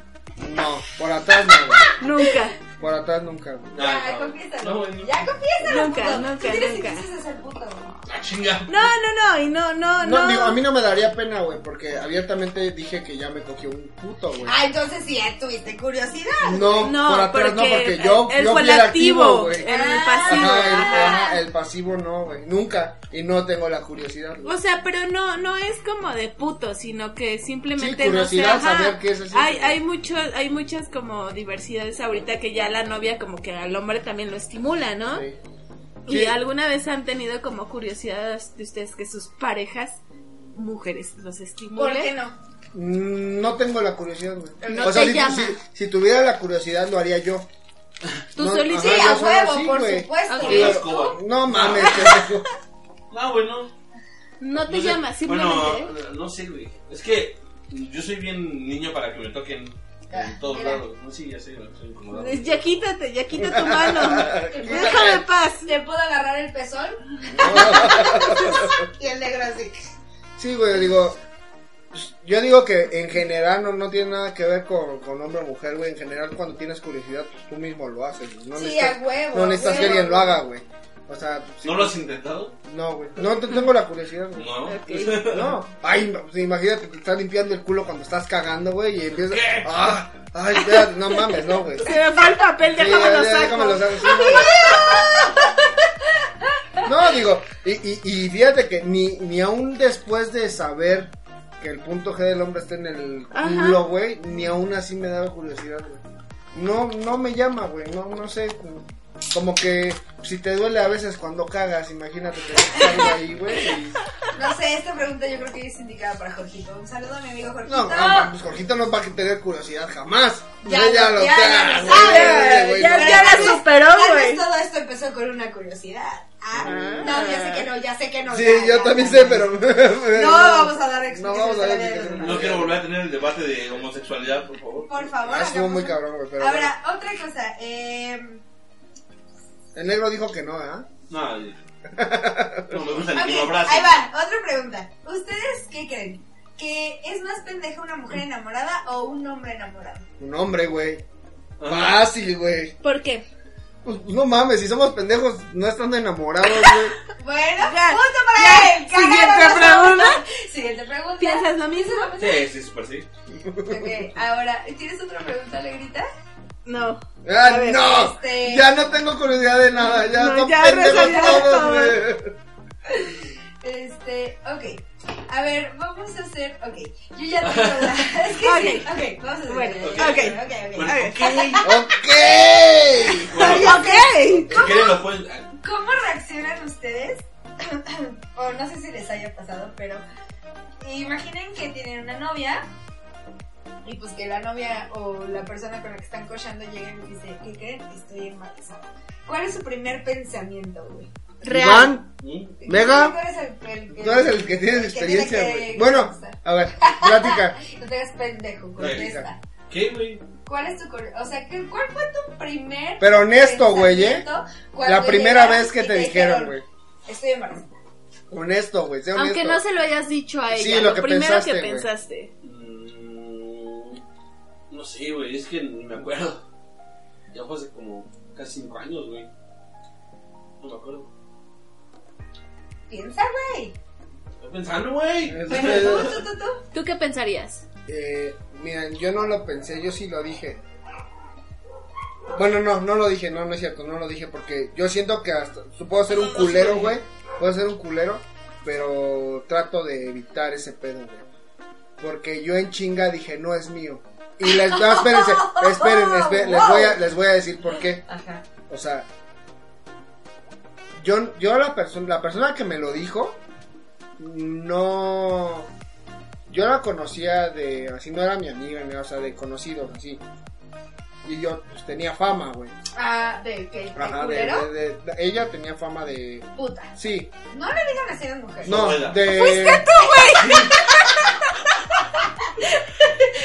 [SPEAKER 4] No, por atrás no, güey.
[SPEAKER 2] Nunca.
[SPEAKER 4] Por atrás nunca, güey.
[SPEAKER 1] Ya,
[SPEAKER 3] Ah,
[SPEAKER 1] confiésalo.
[SPEAKER 3] No, güey, no.
[SPEAKER 1] Ya, confiésalo.
[SPEAKER 2] Nunca,
[SPEAKER 1] puto.
[SPEAKER 2] nunca,
[SPEAKER 1] Tú tienes
[SPEAKER 2] nunca.
[SPEAKER 1] intenciones de ser puto, güey.
[SPEAKER 3] Ah, chinga.
[SPEAKER 2] No, no, no, y no, no,
[SPEAKER 4] No,
[SPEAKER 2] no.
[SPEAKER 4] digo, a mí no me daría pena, güey, porque abiertamente dije que ya me cogió un puto, güey.
[SPEAKER 1] Ah, entonces sí, eh, tuviste curiosidad.
[SPEAKER 4] No,
[SPEAKER 2] No,
[SPEAKER 4] por atrás no,
[SPEAKER 2] porque
[SPEAKER 4] porque yo,
[SPEAKER 2] él
[SPEAKER 4] yo
[SPEAKER 2] fue
[SPEAKER 4] fui
[SPEAKER 2] el
[SPEAKER 4] el
[SPEAKER 2] activo,
[SPEAKER 4] activo, güey.
[SPEAKER 2] el
[SPEAKER 1] Ah.
[SPEAKER 2] pasivo.
[SPEAKER 4] Ajá, el,
[SPEAKER 2] ajá.
[SPEAKER 4] ajá, el pasivo no, güey. Nunca. Y no tengo la curiosidad, güey.
[SPEAKER 2] O sea, pero no, no es como de puto, sino que simplemente
[SPEAKER 4] Sí,
[SPEAKER 2] no sé,
[SPEAKER 4] curiosidad,
[SPEAKER 2] ajá.
[SPEAKER 4] saber qué es así.
[SPEAKER 2] hay, hay mucho, hay muchas como diversidades ahorita que ya la novia como que al hombre también lo estimula, ¿no?
[SPEAKER 4] Sí.
[SPEAKER 2] Y
[SPEAKER 4] Sí.
[SPEAKER 2] alguna vez han tenido como curiosidad de ustedes que sus parejas mujeres los estimulen.
[SPEAKER 1] ¿Por qué no?
[SPEAKER 4] Mm, No tengo la curiosidad, güey.
[SPEAKER 2] No
[SPEAKER 4] o sea,
[SPEAKER 2] te
[SPEAKER 4] si,
[SPEAKER 2] llama.
[SPEAKER 4] si- si tuviera la curiosidad, lo haría yo.
[SPEAKER 2] Tú
[SPEAKER 4] No,
[SPEAKER 2] solito.
[SPEAKER 4] Sí,
[SPEAKER 1] Sí,
[SPEAKER 4] ajá,
[SPEAKER 1] a
[SPEAKER 4] yo soy
[SPEAKER 1] huevo,
[SPEAKER 4] así,
[SPEAKER 1] por
[SPEAKER 4] güey.
[SPEAKER 1] supuesto.
[SPEAKER 2] Ok.
[SPEAKER 3] Con una escoba.
[SPEAKER 4] No mames, pendejo.
[SPEAKER 3] No, güey, no.
[SPEAKER 2] No te
[SPEAKER 3] No sé.
[SPEAKER 2] llamas, simplemente. ¿eh?
[SPEAKER 3] Bueno, no sé, güey. Es que yo soy bien niño para que me toquen
[SPEAKER 2] Ah,
[SPEAKER 3] en todos
[SPEAKER 1] mira.
[SPEAKER 3] lados. No, sí, ya sé, güey, soy incomodado.
[SPEAKER 2] Ya quítate, ya quita tu mano. Déjame en paz.
[SPEAKER 1] ¿Te puedo agarrar el pezón? y el negro así.
[SPEAKER 4] Sí, güey, digo. pues, Yo digo que en general no, no tiene nada que ver con, con hombre o mujer, güey. En general, cuando tienes curiosidad, pues tú mismo lo haces. güey. No
[SPEAKER 1] Sí,
[SPEAKER 4] necesitas,
[SPEAKER 1] a huevo,
[SPEAKER 4] No
[SPEAKER 1] a
[SPEAKER 4] necesitas que
[SPEAKER 1] huevo.
[SPEAKER 4] alguien lo haga, güey. O sea, sí,
[SPEAKER 3] ¿No lo has intentado?
[SPEAKER 4] no, güey. No te- tengo la curiosidad, güey.
[SPEAKER 3] No.
[SPEAKER 2] Ok.
[SPEAKER 4] No. Ay, no, pues, imagínate, te estás limpiando el culo cuando estás cagando, güey, y empiezas.
[SPEAKER 3] ¿Qué?
[SPEAKER 4] Ah, ay, espérate, no mames, no, güey.
[SPEAKER 2] Se me fue el papel,
[SPEAKER 4] Sí,
[SPEAKER 2] déjame lo
[SPEAKER 4] ya, ya,
[SPEAKER 2] saco.
[SPEAKER 4] déjame lo saco, sí, no, No, digo, y, y, y fíjate que ni, ni aún después de saber que el punto G del hombre está en el
[SPEAKER 2] Ajá.
[SPEAKER 4] culo, güey, ni aún así me daba curiosidad, güey. No, no me llama, güey, no, no sé. Como que si te duele a veces cuando cagas, imagínate que algo ahí, güey. y-
[SPEAKER 1] No sé, esta pregunta yo creo que es indicada para Jorgito. Un saludo a mi amigo Jorgito.
[SPEAKER 4] No, ah, pues Jorgito no va a tener curiosidad jamás.
[SPEAKER 1] Ya
[SPEAKER 4] Yo ya
[SPEAKER 1] lo-
[SPEAKER 4] lo
[SPEAKER 1] ya
[SPEAKER 4] sé,
[SPEAKER 1] lo
[SPEAKER 4] güey,
[SPEAKER 2] sabe,
[SPEAKER 4] güey,
[SPEAKER 2] ya-
[SPEAKER 4] no.
[SPEAKER 2] ya la superó,
[SPEAKER 1] Tal
[SPEAKER 2] güey.
[SPEAKER 1] vez todo esto empezó con una curiosidad. Ah, no, ya sé que no, ya sé que no.
[SPEAKER 4] Sí,
[SPEAKER 1] ya,
[SPEAKER 4] yo
[SPEAKER 1] ya,
[SPEAKER 4] también
[SPEAKER 1] ya.
[SPEAKER 4] sé, pero...
[SPEAKER 1] No vamos a dar
[SPEAKER 4] No
[SPEAKER 1] explicaciones
[SPEAKER 4] vamos a dar
[SPEAKER 1] todavía de
[SPEAKER 4] explicaciones.
[SPEAKER 1] nada.
[SPEAKER 3] No quiero volver a tener el debate de homosexualidad, por favor.
[SPEAKER 1] Por favor.
[SPEAKER 4] Ah, estuvo
[SPEAKER 1] hagamos
[SPEAKER 4] muy
[SPEAKER 1] un-
[SPEAKER 4] cabrón, güey, pero
[SPEAKER 1] Ahora, otra cosa. Eh,
[SPEAKER 4] El negro dijo que no, ¿ah?
[SPEAKER 3] No, no me gusta ni
[SPEAKER 1] ok,
[SPEAKER 3] que lo abrace.
[SPEAKER 1] ahí va, otra pregunta. ¿Ustedes qué creen? ¿Que es más pendeja una mujer enamorada o un hombre enamorado?
[SPEAKER 4] Un hombre, güey.
[SPEAKER 3] Ajá.
[SPEAKER 4] Fácil, güey.
[SPEAKER 2] ¿Por qué?
[SPEAKER 4] Pues, No mames, si somos pendejos, no estando enamorados, güey.
[SPEAKER 1] Bueno,
[SPEAKER 2] Ya,
[SPEAKER 1] punto para
[SPEAKER 2] ya,
[SPEAKER 1] él.
[SPEAKER 2] siguiente
[SPEAKER 1] Cagaron los
[SPEAKER 2] pregunta.
[SPEAKER 1] hombres. Siguiente pregunta.
[SPEAKER 2] ¿Piensas lo mismo?
[SPEAKER 3] Sí, sí, súper sí.
[SPEAKER 1] Ok, ahora, ¿tienes otra pregunta, Alegrita?
[SPEAKER 2] No.
[SPEAKER 4] Ah,
[SPEAKER 2] A ver,
[SPEAKER 4] no.
[SPEAKER 1] este-
[SPEAKER 4] Ya no tengo curiosidad de nada. Ya
[SPEAKER 2] No,
[SPEAKER 4] son
[SPEAKER 2] ya
[SPEAKER 4] pendejos
[SPEAKER 2] resolvieron
[SPEAKER 4] todos,
[SPEAKER 2] todo.
[SPEAKER 4] güey.
[SPEAKER 1] Este, ok. A ver, vamos a hacer. Ok, yo ya tengo la. Es que sí. Ok, vamos a hacer.
[SPEAKER 2] Bueno,
[SPEAKER 1] ok,
[SPEAKER 2] ok.
[SPEAKER 1] ok, ok.
[SPEAKER 3] Bueno,
[SPEAKER 2] A ver.
[SPEAKER 3] ok.
[SPEAKER 4] ¡Ok!
[SPEAKER 2] Ay,
[SPEAKER 3] Bueno,
[SPEAKER 2] ok.
[SPEAKER 3] si quieren lo pueden...
[SPEAKER 1] ¿Cómo reaccionan ustedes? o no sé si les haya pasado, pero imaginen que tienen una novia y pues que la novia o la persona con la que están cochando llega y les dice, ¿qué creen? Estoy embarazada. ¿Cuál es su primer pensamiento, güey?
[SPEAKER 2] Real.
[SPEAKER 3] ¿Mm?
[SPEAKER 4] Mega.
[SPEAKER 1] Tú eres el, el que-
[SPEAKER 4] Tú eres el que tienes
[SPEAKER 1] el que tiene
[SPEAKER 4] experiencia,
[SPEAKER 1] que
[SPEAKER 4] güey. Bueno,
[SPEAKER 1] contestar.
[SPEAKER 4] a ver, plática.
[SPEAKER 1] No te hagas pendejo, contesta.
[SPEAKER 3] ¿Qué, güey?
[SPEAKER 1] ¿Cuál es tu cor- O sea, ¿qué- ¿cuál fue tu primer
[SPEAKER 4] Pero honesto, güey, ¿eh?
[SPEAKER 1] pensamiento cuando
[SPEAKER 4] La primera
[SPEAKER 1] llegaron
[SPEAKER 4] vez que
[SPEAKER 1] y
[SPEAKER 4] te dijeron, güey.
[SPEAKER 1] Estoy embarazada.
[SPEAKER 4] Honesto, güey, sé honesto.
[SPEAKER 2] Aunque no se lo hayas dicho a
[SPEAKER 4] Sí,
[SPEAKER 2] ella,
[SPEAKER 4] lo
[SPEAKER 2] lo,
[SPEAKER 4] que
[SPEAKER 2] primero
[SPEAKER 4] pensaste,
[SPEAKER 2] que
[SPEAKER 4] güey.
[SPEAKER 2] pensaste.
[SPEAKER 3] Mm, No sé, güey, es que ni me acuerdo. Ya fue hace como casi 5 años, güey. No me acuerdo.
[SPEAKER 1] Piensa, güey.
[SPEAKER 3] Estoy pensando, güey.
[SPEAKER 1] Bueno, tú, tú, tú, tú.
[SPEAKER 2] ¿Tú qué pensarías?
[SPEAKER 4] Eh, miren, yo no lo pensé, yo sí lo dije. Bueno, no, no lo dije, no, no es cierto, no lo dije porque yo siento que hasta puedo ser un culero, güey, puedo ser un culero, pero trato de evitar ese pedo, güey. Porque yo en chinga dije, no es mío. Y les, no, espérense, esperen, esperen, les voy a, les voy a decir por qué.
[SPEAKER 1] Ajá.
[SPEAKER 4] O sea, yo, yo la persona, la persona que me lo dijo, no, yo la conocía de, así no era mi amiga, ni- o sea, de conocidos, así. Y yo, pues, tenía fama, güey.
[SPEAKER 1] Ah, ¿de qué? ¿De
[SPEAKER 4] Ajá, de-
[SPEAKER 1] culero?
[SPEAKER 4] de- de- de- ella tenía fama de,
[SPEAKER 1] Puta.
[SPEAKER 4] sí,
[SPEAKER 1] No le digan así a las mujeres.
[SPEAKER 4] no,
[SPEAKER 3] Buena.
[SPEAKER 4] de,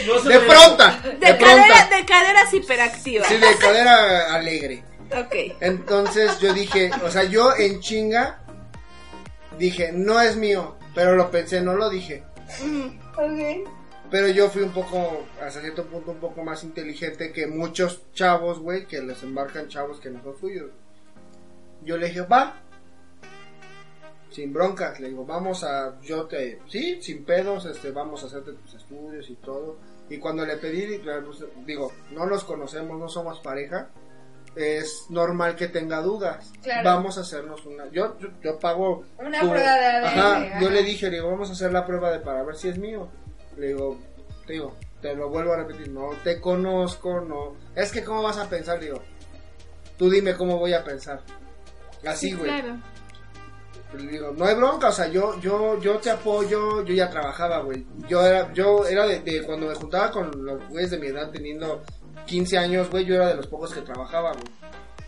[SPEAKER 3] No se
[SPEAKER 4] de
[SPEAKER 3] me-
[SPEAKER 4] pronta,
[SPEAKER 2] De,
[SPEAKER 4] de
[SPEAKER 2] cadera,
[SPEAKER 4] pronta,
[SPEAKER 2] de caderas hiperactivas.
[SPEAKER 4] sí, de cadera alegre.
[SPEAKER 2] Ok.
[SPEAKER 4] Entonces yo dije, o sea, yo en chinga dije, no es mío, pero lo pensé, no lo dije.
[SPEAKER 1] Ok.
[SPEAKER 4] Pero yo fui un poco, hasta cierto punto, un poco más inteligente que muchos chavos, güey, que les embarcan chavos que no son suyos. Yo le dije, va. Sin broncas, le digo, vamos a, yo te, sí, sin pedos, este, vamos a hacerte tus estudios y todo. Y cuando le pedí, pues, digo, no nos conocemos, no somos pareja, es normal que tenga dudas.
[SPEAKER 1] Claro.
[SPEAKER 4] Vamos a hacernos una, yo, yo, yo pago.
[SPEAKER 1] Una
[SPEAKER 4] tu-
[SPEAKER 1] prueba de ADN.
[SPEAKER 4] Ajá, yo
[SPEAKER 1] ajá.
[SPEAKER 4] le dije, le digo, vamos a hacer la prueba de para ver si es mío. Le digo, te digo, te lo vuelvo a repetir, no te conozco, no. Es que cómo vas a pensar, Le digo. Tú dime cómo voy a pensar. Así, güey.
[SPEAKER 2] Claro.
[SPEAKER 4] Le digo, no hay bronca, o sea, yo, yo, yo te apoyo, yo ya trabajaba, güey. Yo era, yo era de, de cuando me juntaba con los güeyes de mi edad teniendo 15 años, güey, yo era de los pocos que trabajaba, güey.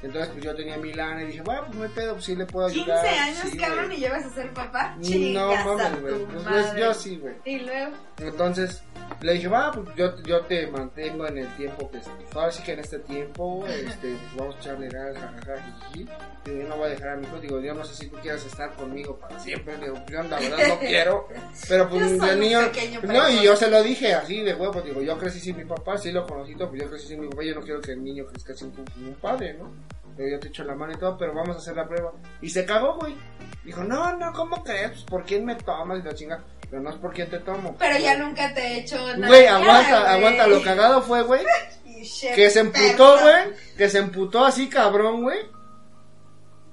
[SPEAKER 4] Entonces, pues yo tenía mi lana y dije, bueno, pues no hay pedo, pues sí le puedo
[SPEAKER 1] 15
[SPEAKER 4] ayudar.
[SPEAKER 1] años,
[SPEAKER 4] sí,
[SPEAKER 1] cabrón,
[SPEAKER 4] güey.
[SPEAKER 1] y llevas a ser papá.
[SPEAKER 4] No
[SPEAKER 1] Chingas a
[SPEAKER 4] mames,
[SPEAKER 1] tu
[SPEAKER 4] güey. Pues, pues,
[SPEAKER 1] madre.
[SPEAKER 4] yo sí, güey.
[SPEAKER 1] Y luego.
[SPEAKER 4] Entonces le dije, va, pues yo, yo te mantengo en el tiempo que pues, ahora sí que en este tiempo, este, vamos a echarle ganas, jajaja, jiji. Digo, yo no voy a dejar a mi hijo, digo, yo no sé si tú quieras estar conmigo para siempre, digo, yo la verdad no quiero, pero pues
[SPEAKER 1] Yo soy
[SPEAKER 4] de
[SPEAKER 1] un
[SPEAKER 4] niño,
[SPEAKER 1] pequeño
[SPEAKER 4] no,
[SPEAKER 1] persona.
[SPEAKER 4] y yo se lo dije así de huevo, digo, yo crecí sin mi papá, sí lo conocí, todo, pues yo crecí sin mi papá, yo no quiero que el niño crezca sin tu- sin un padre, ¿no? Pero yo te echo la mano y todo, pero vamos a hacer la prueba. Y se cagó, güey. Dijo, no, no, ¿cómo crees? Pues, ¿Por quién me tomas? Y la chinga, pero no es por quién te tomo.
[SPEAKER 1] Pero ya nunca te he hecho nada.
[SPEAKER 4] Güey,
[SPEAKER 1] Ya,
[SPEAKER 4] aguanta,
[SPEAKER 1] güey.
[SPEAKER 4] aguanta, lo cagado fue, güey,
[SPEAKER 1] Y che,
[SPEAKER 4] que se emputó,
[SPEAKER 1] perro.
[SPEAKER 4] güey, que se emputó así cabrón, güey.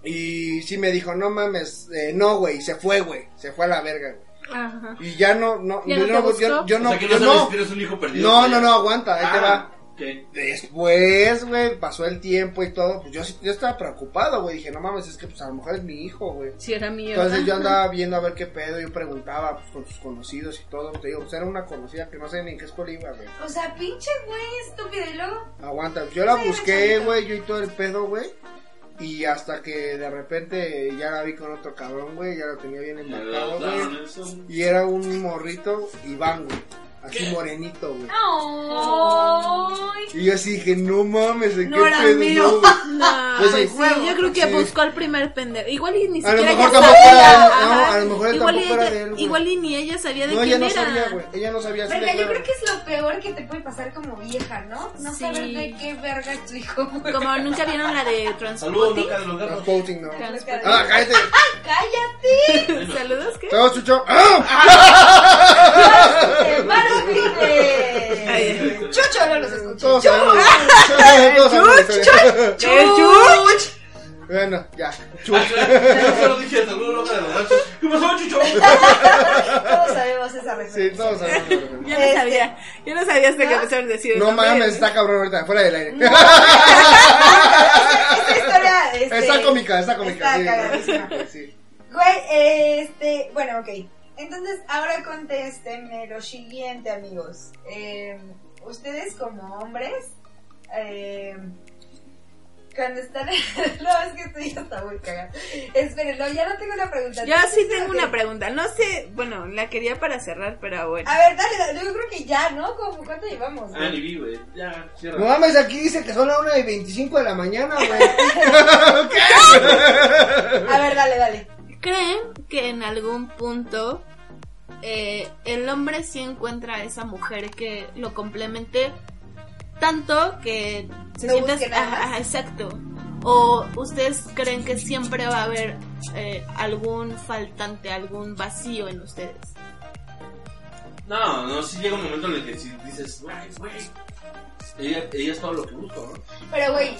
[SPEAKER 4] Y sí me dijo, no mames, eh, no, güey, se fue, güey, se fue a la verga, güey.
[SPEAKER 2] Ajá.
[SPEAKER 4] Y ya no, no,
[SPEAKER 2] ¿Ya no
[SPEAKER 4] yo
[SPEAKER 2] te
[SPEAKER 4] no, yo,
[SPEAKER 2] gustó?
[SPEAKER 4] yo no,
[SPEAKER 3] o sea, que
[SPEAKER 4] yo
[SPEAKER 3] no sabes
[SPEAKER 4] no,
[SPEAKER 3] que eres un hijo perdido.
[SPEAKER 4] no,
[SPEAKER 3] güey.
[SPEAKER 4] no, no, aguanta, ahí te va.
[SPEAKER 3] Ah, ok.
[SPEAKER 4] Después, güey, pasó el tiempo y todo, pues yo, sí- yo estaba preocupado, güey, dije, no mames, es que pues a lo mejor es mi hijo, güey.
[SPEAKER 2] Si era mío.
[SPEAKER 4] Entonces yo
[SPEAKER 2] Ajá.
[SPEAKER 4] andaba viendo a ver qué pedo, yo preguntaba pues, con sus conocidos y todo, te digo, pues era una conocida que no sé ni en qué escuela iba, güey.
[SPEAKER 1] O sea, pinche güey estúpido y luego.
[SPEAKER 4] Aguanta, yo la
[SPEAKER 1] Sí,
[SPEAKER 4] busqué,
[SPEAKER 1] chavita.
[SPEAKER 4] güey, yo y todo el pedo, güey. Y hasta que de repente ya la vi con otro cabrón, güey, ya la tenía bien
[SPEAKER 3] Me lo
[SPEAKER 4] embarcado, güey.
[SPEAKER 3] daron eso.
[SPEAKER 4] Y era un morrito Iván, güey. Así morenito, güey.
[SPEAKER 1] ¡Ay!
[SPEAKER 4] Y yo así dije, no mames, ¿en
[SPEAKER 1] No
[SPEAKER 4] qué
[SPEAKER 1] era
[SPEAKER 4] pedo?
[SPEAKER 1] mío.
[SPEAKER 4] no, güey?
[SPEAKER 2] No,
[SPEAKER 4] Pues
[SPEAKER 2] pues,
[SPEAKER 4] sí.
[SPEAKER 2] sí, yo creo que
[SPEAKER 4] Sí.
[SPEAKER 2] buscó al primer pendejo. Igual y ni
[SPEAKER 4] A lo
[SPEAKER 2] siquiera
[SPEAKER 4] mejor
[SPEAKER 2] ella
[SPEAKER 4] tampoco
[SPEAKER 2] sabía.
[SPEAKER 4] era- no,
[SPEAKER 2] ajá.
[SPEAKER 4] a lo mejor él
[SPEAKER 2] igual, y
[SPEAKER 4] tampoco era
[SPEAKER 2] ella-
[SPEAKER 4] de él, güey.
[SPEAKER 2] igual y ni ella sabía de
[SPEAKER 4] No, ella
[SPEAKER 2] quién
[SPEAKER 4] no
[SPEAKER 2] era.
[SPEAKER 4] sabía, güey. Ella no sabía. así
[SPEAKER 1] Verga,
[SPEAKER 4] de
[SPEAKER 1] yo
[SPEAKER 4] claro.
[SPEAKER 1] creo que es lo peor que te puede pasar como vieja, ¿no? No
[SPEAKER 2] Sí.
[SPEAKER 1] saber de qué verga es tu hijo. güey.
[SPEAKER 4] Ah,
[SPEAKER 2] Como nunca vieron la de
[SPEAKER 3] Saludos,
[SPEAKER 2] Transporting.
[SPEAKER 3] Luca de los
[SPEAKER 4] No,
[SPEAKER 3] Gatos.
[SPEAKER 4] Pouting, no.
[SPEAKER 2] Transporting.
[SPEAKER 4] Ah, cállate.
[SPEAKER 1] ¡Cállate!
[SPEAKER 2] Saludos, ¿qué?
[SPEAKER 4] Saludos, Chucho. ¡Ah!
[SPEAKER 1] ¡Te paro, pide!
[SPEAKER 2] Ay.
[SPEAKER 1] Chucho no los escuché.
[SPEAKER 4] Todos sabemos. Todos sabemos la historia.
[SPEAKER 2] ¡Chuch!
[SPEAKER 4] Bueno, ya. Chucho.
[SPEAKER 3] Ah, claro, Yo solo dije, saludos, Luca de los Gatos. ¿Qué pasó, Chucho?
[SPEAKER 1] Todos sabemos esa
[SPEAKER 4] Sí,
[SPEAKER 1] referencia.
[SPEAKER 4] todos sabemos. la referencia.
[SPEAKER 2] Yo no sabía. Yo no sabía hasta
[SPEAKER 1] Este,
[SPEAKER 2] que
[SPEAKER 1] ¿No?
[SPEAKER 2] empezaron a decir el
[SPEAKER 4] No
[SPEAKER 2] nombre.
[SPEAKER 4] mames, está cabrón ahorita, fuera del aire.
[SPEAKER 1] Esta historia. Este,
[SPEAKER 4] Está cómica, está
[SPEAKER 1] Está
[SPEAKER 4] cómica. sí,
[SPEAKER 1] cagadísima.
[SPEAKER 4] sí.
[SPEAKER 1] Güey, este, bueno, ok. Entonces, ahora contéstenme lo siguiente, amigos. Eh, Ustedes como hombres, eh, cuando están... no, es que estoy ya está muy cagada. Espérenlo, ya no tengo una pregunta.
[SPEAKER 2] Yo sí
[SPEAKER 1] Entonces,
[SPEAKER 2] tengo
[SPEAKER 1] ok.
[SPEAKER 2] una pregunta. No sé, bueno, la quería para cerrar, pero bueno.
[SPEAKER 1] A ver, dale, dale, yo creo que ya, ¿no? ¿Cómo, ¿Cuánto llevamos?
[SPEAKER 3] Ah, ni vi, güey. Ya, cierra.
[SPEAKER 4] No mames, aquí dice que son las 1 y 25 de la mañana, güey.
[SPEAKER 1] A ver, dale, dale.
[SPEAKER 2] ¿Creen que en algún punto eh, el hombre sí encuentra a esa mujer que lo complemente tanto que se
[SPEAKER 1] No
[SPEAKER 2] sienta...
[SPEAKER 1] busque nada
[SPEAKER 2] ajá,
[SPEAKER 1] más.
[SPEAKER 2] ajá, exacto. ¿O ustedes creen que siempre va a haber eh, algún faltante, algún vacío en ustedes?
[SPEAKER 3] No, no, sí llega un momento en el que sí dices, güey, güey. Ella, ella es todo lo que busco, ¿no?
[SPEAKER 1] Pero, güey,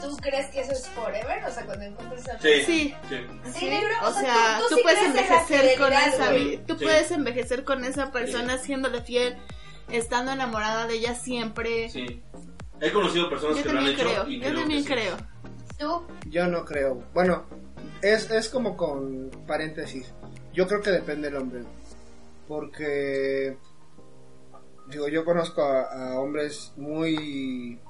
[SPEAKER 1] ¿tú crees que eso es forever? O sea, cuando encuentres a...
[SPEAKER 3] Sí.
[SPEAKER 2] Sí.
[SPEAKER 1] Sí, negro,
[SPEAKER 2] O sea, tú,
[SPEAKER 1] sí
[SPEAKER 2] puedes
[SPEAKER 1] crees en la
[SPEAKER 2] envejecer con
[SPEAKER 1] fidelidad,
[SPEAKER 2] esa,
[SPEAKER 1] güey.
[SPEAKER 3] güey.
[SPEAKER 2] tú
[SPEAKER 3] Sí.
[SPEAKER 2] puedes envejecer con esa persona siéndole fiel, estando enamorada de ella siempre.
[SPEAKER 3] Sí. He conocido personas
[SPEAKER 2] Yo
[SPEAKER 3] que lo han
[SPEAKER 2] también
[SPEAKER 3] hecho.
[SPEAKER 2] creo,
[SPEAKER 3] y
[SPEAKER 2] yo también
[SPEAKER 3] que sí.
[SPEAKER 2] creo.
[SPEAKER 1] Tú,
[SPEAKER 4] Yo no creo. Bueno, es, es como con paréntesis. Yo creo que depende del hombre. Porque. Digo, yo conozco a, a hombres muy.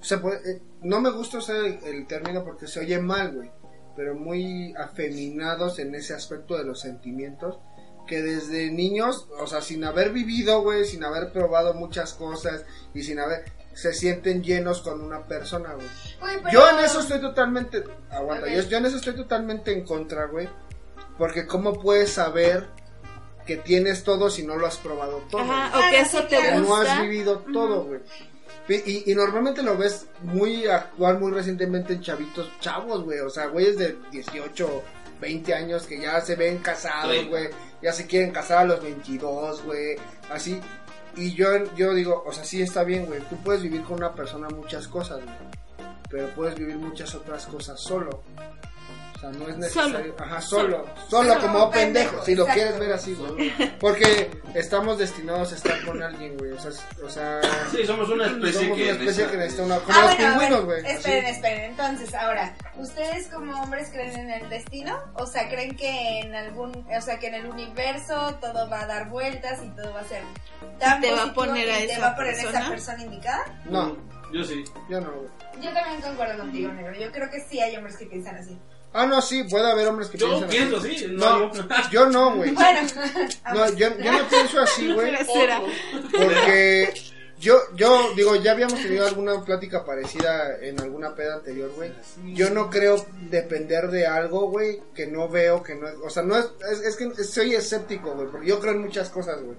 [SPEAKER 4] se puede- eh, no me gusta usar el, el término porque se oye mal, güey. Pero muy afeminados en ese aspecto de los sentimientos. Que desde niños, o sea, sin haber vivido, güey, sin haber probado muchas cosas y sin haber. se sienten llenos con una persona, güey.
[SPEAKER 1] güey, pero...
[SPEAKER 4] Yo en eso estoy totalmente. Aguanta,
[SPEAKER 1] Ok.
[SPEAKER 4] yo, yo en eso estoy totalmente en contra, güey. Porque, ¿cómo puedes saber que tienes todo si no lo has probado todo?
[SPEAKER 2] Ajá,
[SPEAKER 1] Ah,
[SPEAKER 2] o que
[SPEAKER 1] no,
[SPEAKER 2] eso
[SPEAKER 1] sí,
[SPEAKER 2] te
[SPEAKER 4] güey?
[SPEAKER 1] claro.
[SPEAKER 4] no has
[SPEAKER 2] gusta.
[SPEAKER 4] vivido todo, güey. Y, y- y normalmente lo ves muy actual, muy recientemente en chavitos, chavos, güey. O sea, güeyes de 18, 20 años que ya se ven casados,
[SPEAKER 3] Sí.
[SPEAKER 4] güey. Ya se quieren casar a los 22, güey. Así. Y yo, yo digo, o sea, sí está bien, güey. Tú puedes vivir con una persona muchas cosas, güey. Pero puedes vivir muchas otras cosas solo. O sea, no es necesario. Ajá, solo. Solo,
[SPEAKER 1] Solo
[SPEAKER 4] como
[SPEAKER 1] como pendejo,
[SPEAKER 4] pendejo, si lo
[SPEAKER 1] exacto.
[SPEAKER 4] quieres ver así, güey. Porque estamos destinados a estar con alguien, güey. O sea, es- o sea
[SPEAKER 3] Sí, somos una especie
[SPEAKER 4] somos
[SPEAKER 3] que.
[SPEAKER 4] una especie que necesita una. Como
[SPEAKER 1] Ah,
[SPEAKER 4] los
[SPEAKER 1] bueno, a ver,
[SPEAKER 4] pingüinos, güey.
[SPEAKER 1] Esperen, esperen. Entonces, ahora, ¿ustedes como hombres creen en el destino? O sea, ¿creen que en algún, o sea, que en el universo todo va a dar vueltas y todo va a ser tan
[SPEAKER 2] Te va a
[SPEAKER 1] positivo
[SPEAKER 2] poner
[SPEAKER 1] y
[SPEAKER 2] a
[SPEAKER 1] te
[SPEAKER 2] esa
[SPEAKER 1] va a poner esa
[SPEAKER 2] persona?
[SPEAKER 1] persona indicada?
[SPEAKER 4] No,
[SPEAKER 3] Yo sí.
[SPEAKER 4] yo no, güey.
[SPEAKER 1] Yo también concuerdo contigo, negro. Yo creo que sí hay hombres que piensan así.
[SPEAKER 4] Ah, no, sí, puede haber hombres que
[SPEAKER 3] Yo
[SPEAKER 4] piensan así.
[SPEAKER 3] pienso, sí.
[SPEAKER 4] No,
[SPEAKER 3] No, yo.
[SPEAKER 4] yo no, güey.
[SPEAKER 1] Bueno, Ah,
[SPEAKER 4] No,
[SPEAKER 1] pues,
[SPEAKER 4] yo, yo no pienso así, güey.
[SPEAKER 2] Grosera.
[SPEAKER 4] Porque yo, yo digo, ya habíamos tenido alguna plática parecida en alguna peda anterior, güey. Yo no creo depender de algo, güey, que no veo, que no... O sea, no es... Es, es que soy escéptico, güey, porque yo creo en muchas cosas, güey.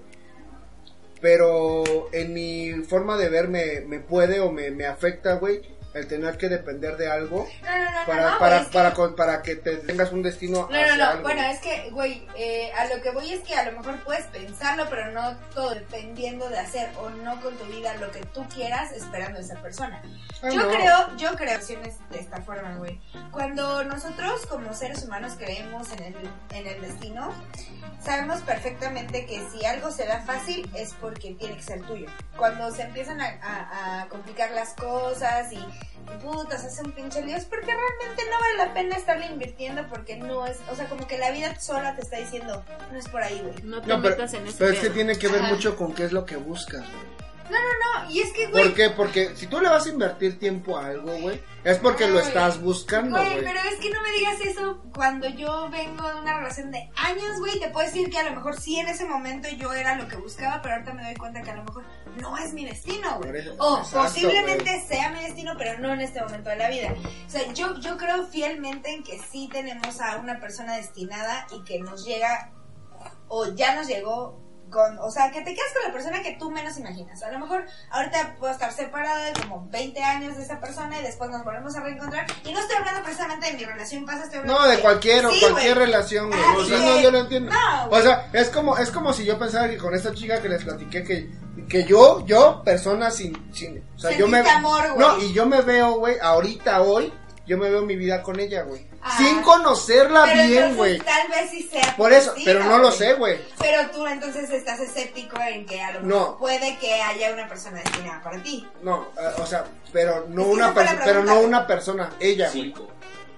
[SPEAKER 4] Pero en mi forma de ver me, me puede o me, me afecta, güey, el tener que depender de algo
[SPEAKER 1] No, no, no, no,
[SPEAKER 4] para,
[SPEAKER 1] no,
[SPEAKER 4] para,
[SPEAKER 1] güey, es que-
[SPEAKER 4] para, con- para que te tengas un destino.
[SPEAKER 1] No,
[SPEAKER 4] hacia
[SPEAKER 1] no, no.
[SPEAKER 4] algo.
[SPEAKER 1] Bueno, es que, güey, eh, a lo que voy es que a lo mejor puedes pensarlo, pero no todo dependiendo de hacer o no con tu vida lo que tú quieras esperando a esa persona.
[SPEAKER 4] Ay,
[SPEAKER 1] yo
[SPEAKER 4] Ah, no.
[SPEAKER 1] creo, yo creo acciones de esta forma, güey. Cuando nosotros como seres humanos creemos en el, en el destino, sabemos perfectamente que si algo se da fácil es porque tiene que ser tuyo. Cuando se empiezan a, a- a complicar las cosas y puta, se hace un pinche lío, es porque realmente no vale la pena estarle invirtiendo porque no es, o sea, como que la vida sola te está diciendo, no es por ahí, güey.
[SPEAKER 2] No te
[SPEAKER 4] No, pero,
[SPEAKER 2] metas en ese
[SPEAKER 4] pero es que
[SPEAKER 2] pedo.
[SPEAKER 4] tiene que ver
[SPEAKER 1] Ajá.
[SPEAKER 4] mucho con qué es lo que buscas, güey.
[SPEAKER 1] No, y es que, güey,
[SPEAKER 4] ¿Por qué? Porque si tú le vas a invertir tiempo a algo, güey, es porque lo
[SPEAKER 1] Ay.
[SPEAKER 4] estás buscando,
[SPEAKER 1] Ah, Güey,
[SPEAKER 4] güey.
[SPEAKER 1] pero es que no me digas eso cuando yo vengo de una relación de años, güey. Te puedo decir que a lo mejor sí en ese momento yo era lo que buscaba, pero ahorita me doy cuenta que a lo mejor no es mi destino,
[SPEAKER 4] Por
[SPEAKER 1] güey.
[SPEAKER 4] eso-
[SPEAKER 1] O
[SPEAKER 4] exacto,
[SPEAKER 1] posiblemente
[SPEAKER 4] güey.
[SPEAKER 1] sea mi destino, pero no en este momento de la vida. O sea, yo, yo creo fielmente en que sí tenemos a una persona destinada y que nos llega o ya nos llegó con, o sea, que te quedas con la persona que tú menos imaginas. A lo mejor ahorita puedo estar separada de como 20 años de esa persona y después nos volvemos a reencontrar. Y no estoy hablando precisamente de mi relación pasada, estoy hablando
[SPEAKER 4] No, de cualquier,
[SPEAKER 1] Sí,
[SPEAKER 4] cualquier
[SPEAKER 1] güey.
[SPEAKER 4] relación, güey.
[SPEAKER 1] Ah,
[SPEAKER 4] Sí,
[SPEAKER 3] sí.
[SPEAKER 4] no, yo lo entiendo.
[SPEAKER 1] No,
[SPEAKER 4] O
[SPEAKER 1] güey.
[SPEAKER 4] sea, es como, es como si yo pensara que con esta chica que les platiqué que, que yo, yo, persona sin, sin, o sea, yo me,
[SPEAKER 1] Sentiste amor, güey.
[SPEAKER 4] no, y yo me veo, güey, ahorita, hoy, yo me veo mi vida con ella, güey.
[SPEAKER 1] Ah.
[SPEAKER 4] Sin conocerla
[SPEAKER 1] Pero
[SPEAKER 4] bien,
[SPEAKER 1] entonces,
[SPEAKER 4] güey.
[SPEAKER 1] Tal vez sí sea.
[SPEAKER 4] Por eso,
[SPEAKER 1] posible,
[SPEAKER 4] pero no lo
[SPEAKER 1] güey.
[SPEAKER 4] sé, güey.
[SPEAKER 1] Pero tú entonces estás escéptico en que a lo
[SPEAKER 4] No.
[SPEAKER 1] mejor puede que haya una persona destinada para ti.
[SPEAKER 4] No, eh, o sea, pero no
[SPEAKER 1] Es que
[SPEAKER 4] una
[SPEAKER 1] esa fue la
[SPEAKER 4] persona, pero no
[SPEAKER 1] pregunta.
[SPEAKER 4] una persona, ella, güey.
[SPEAKER 3] Cinco.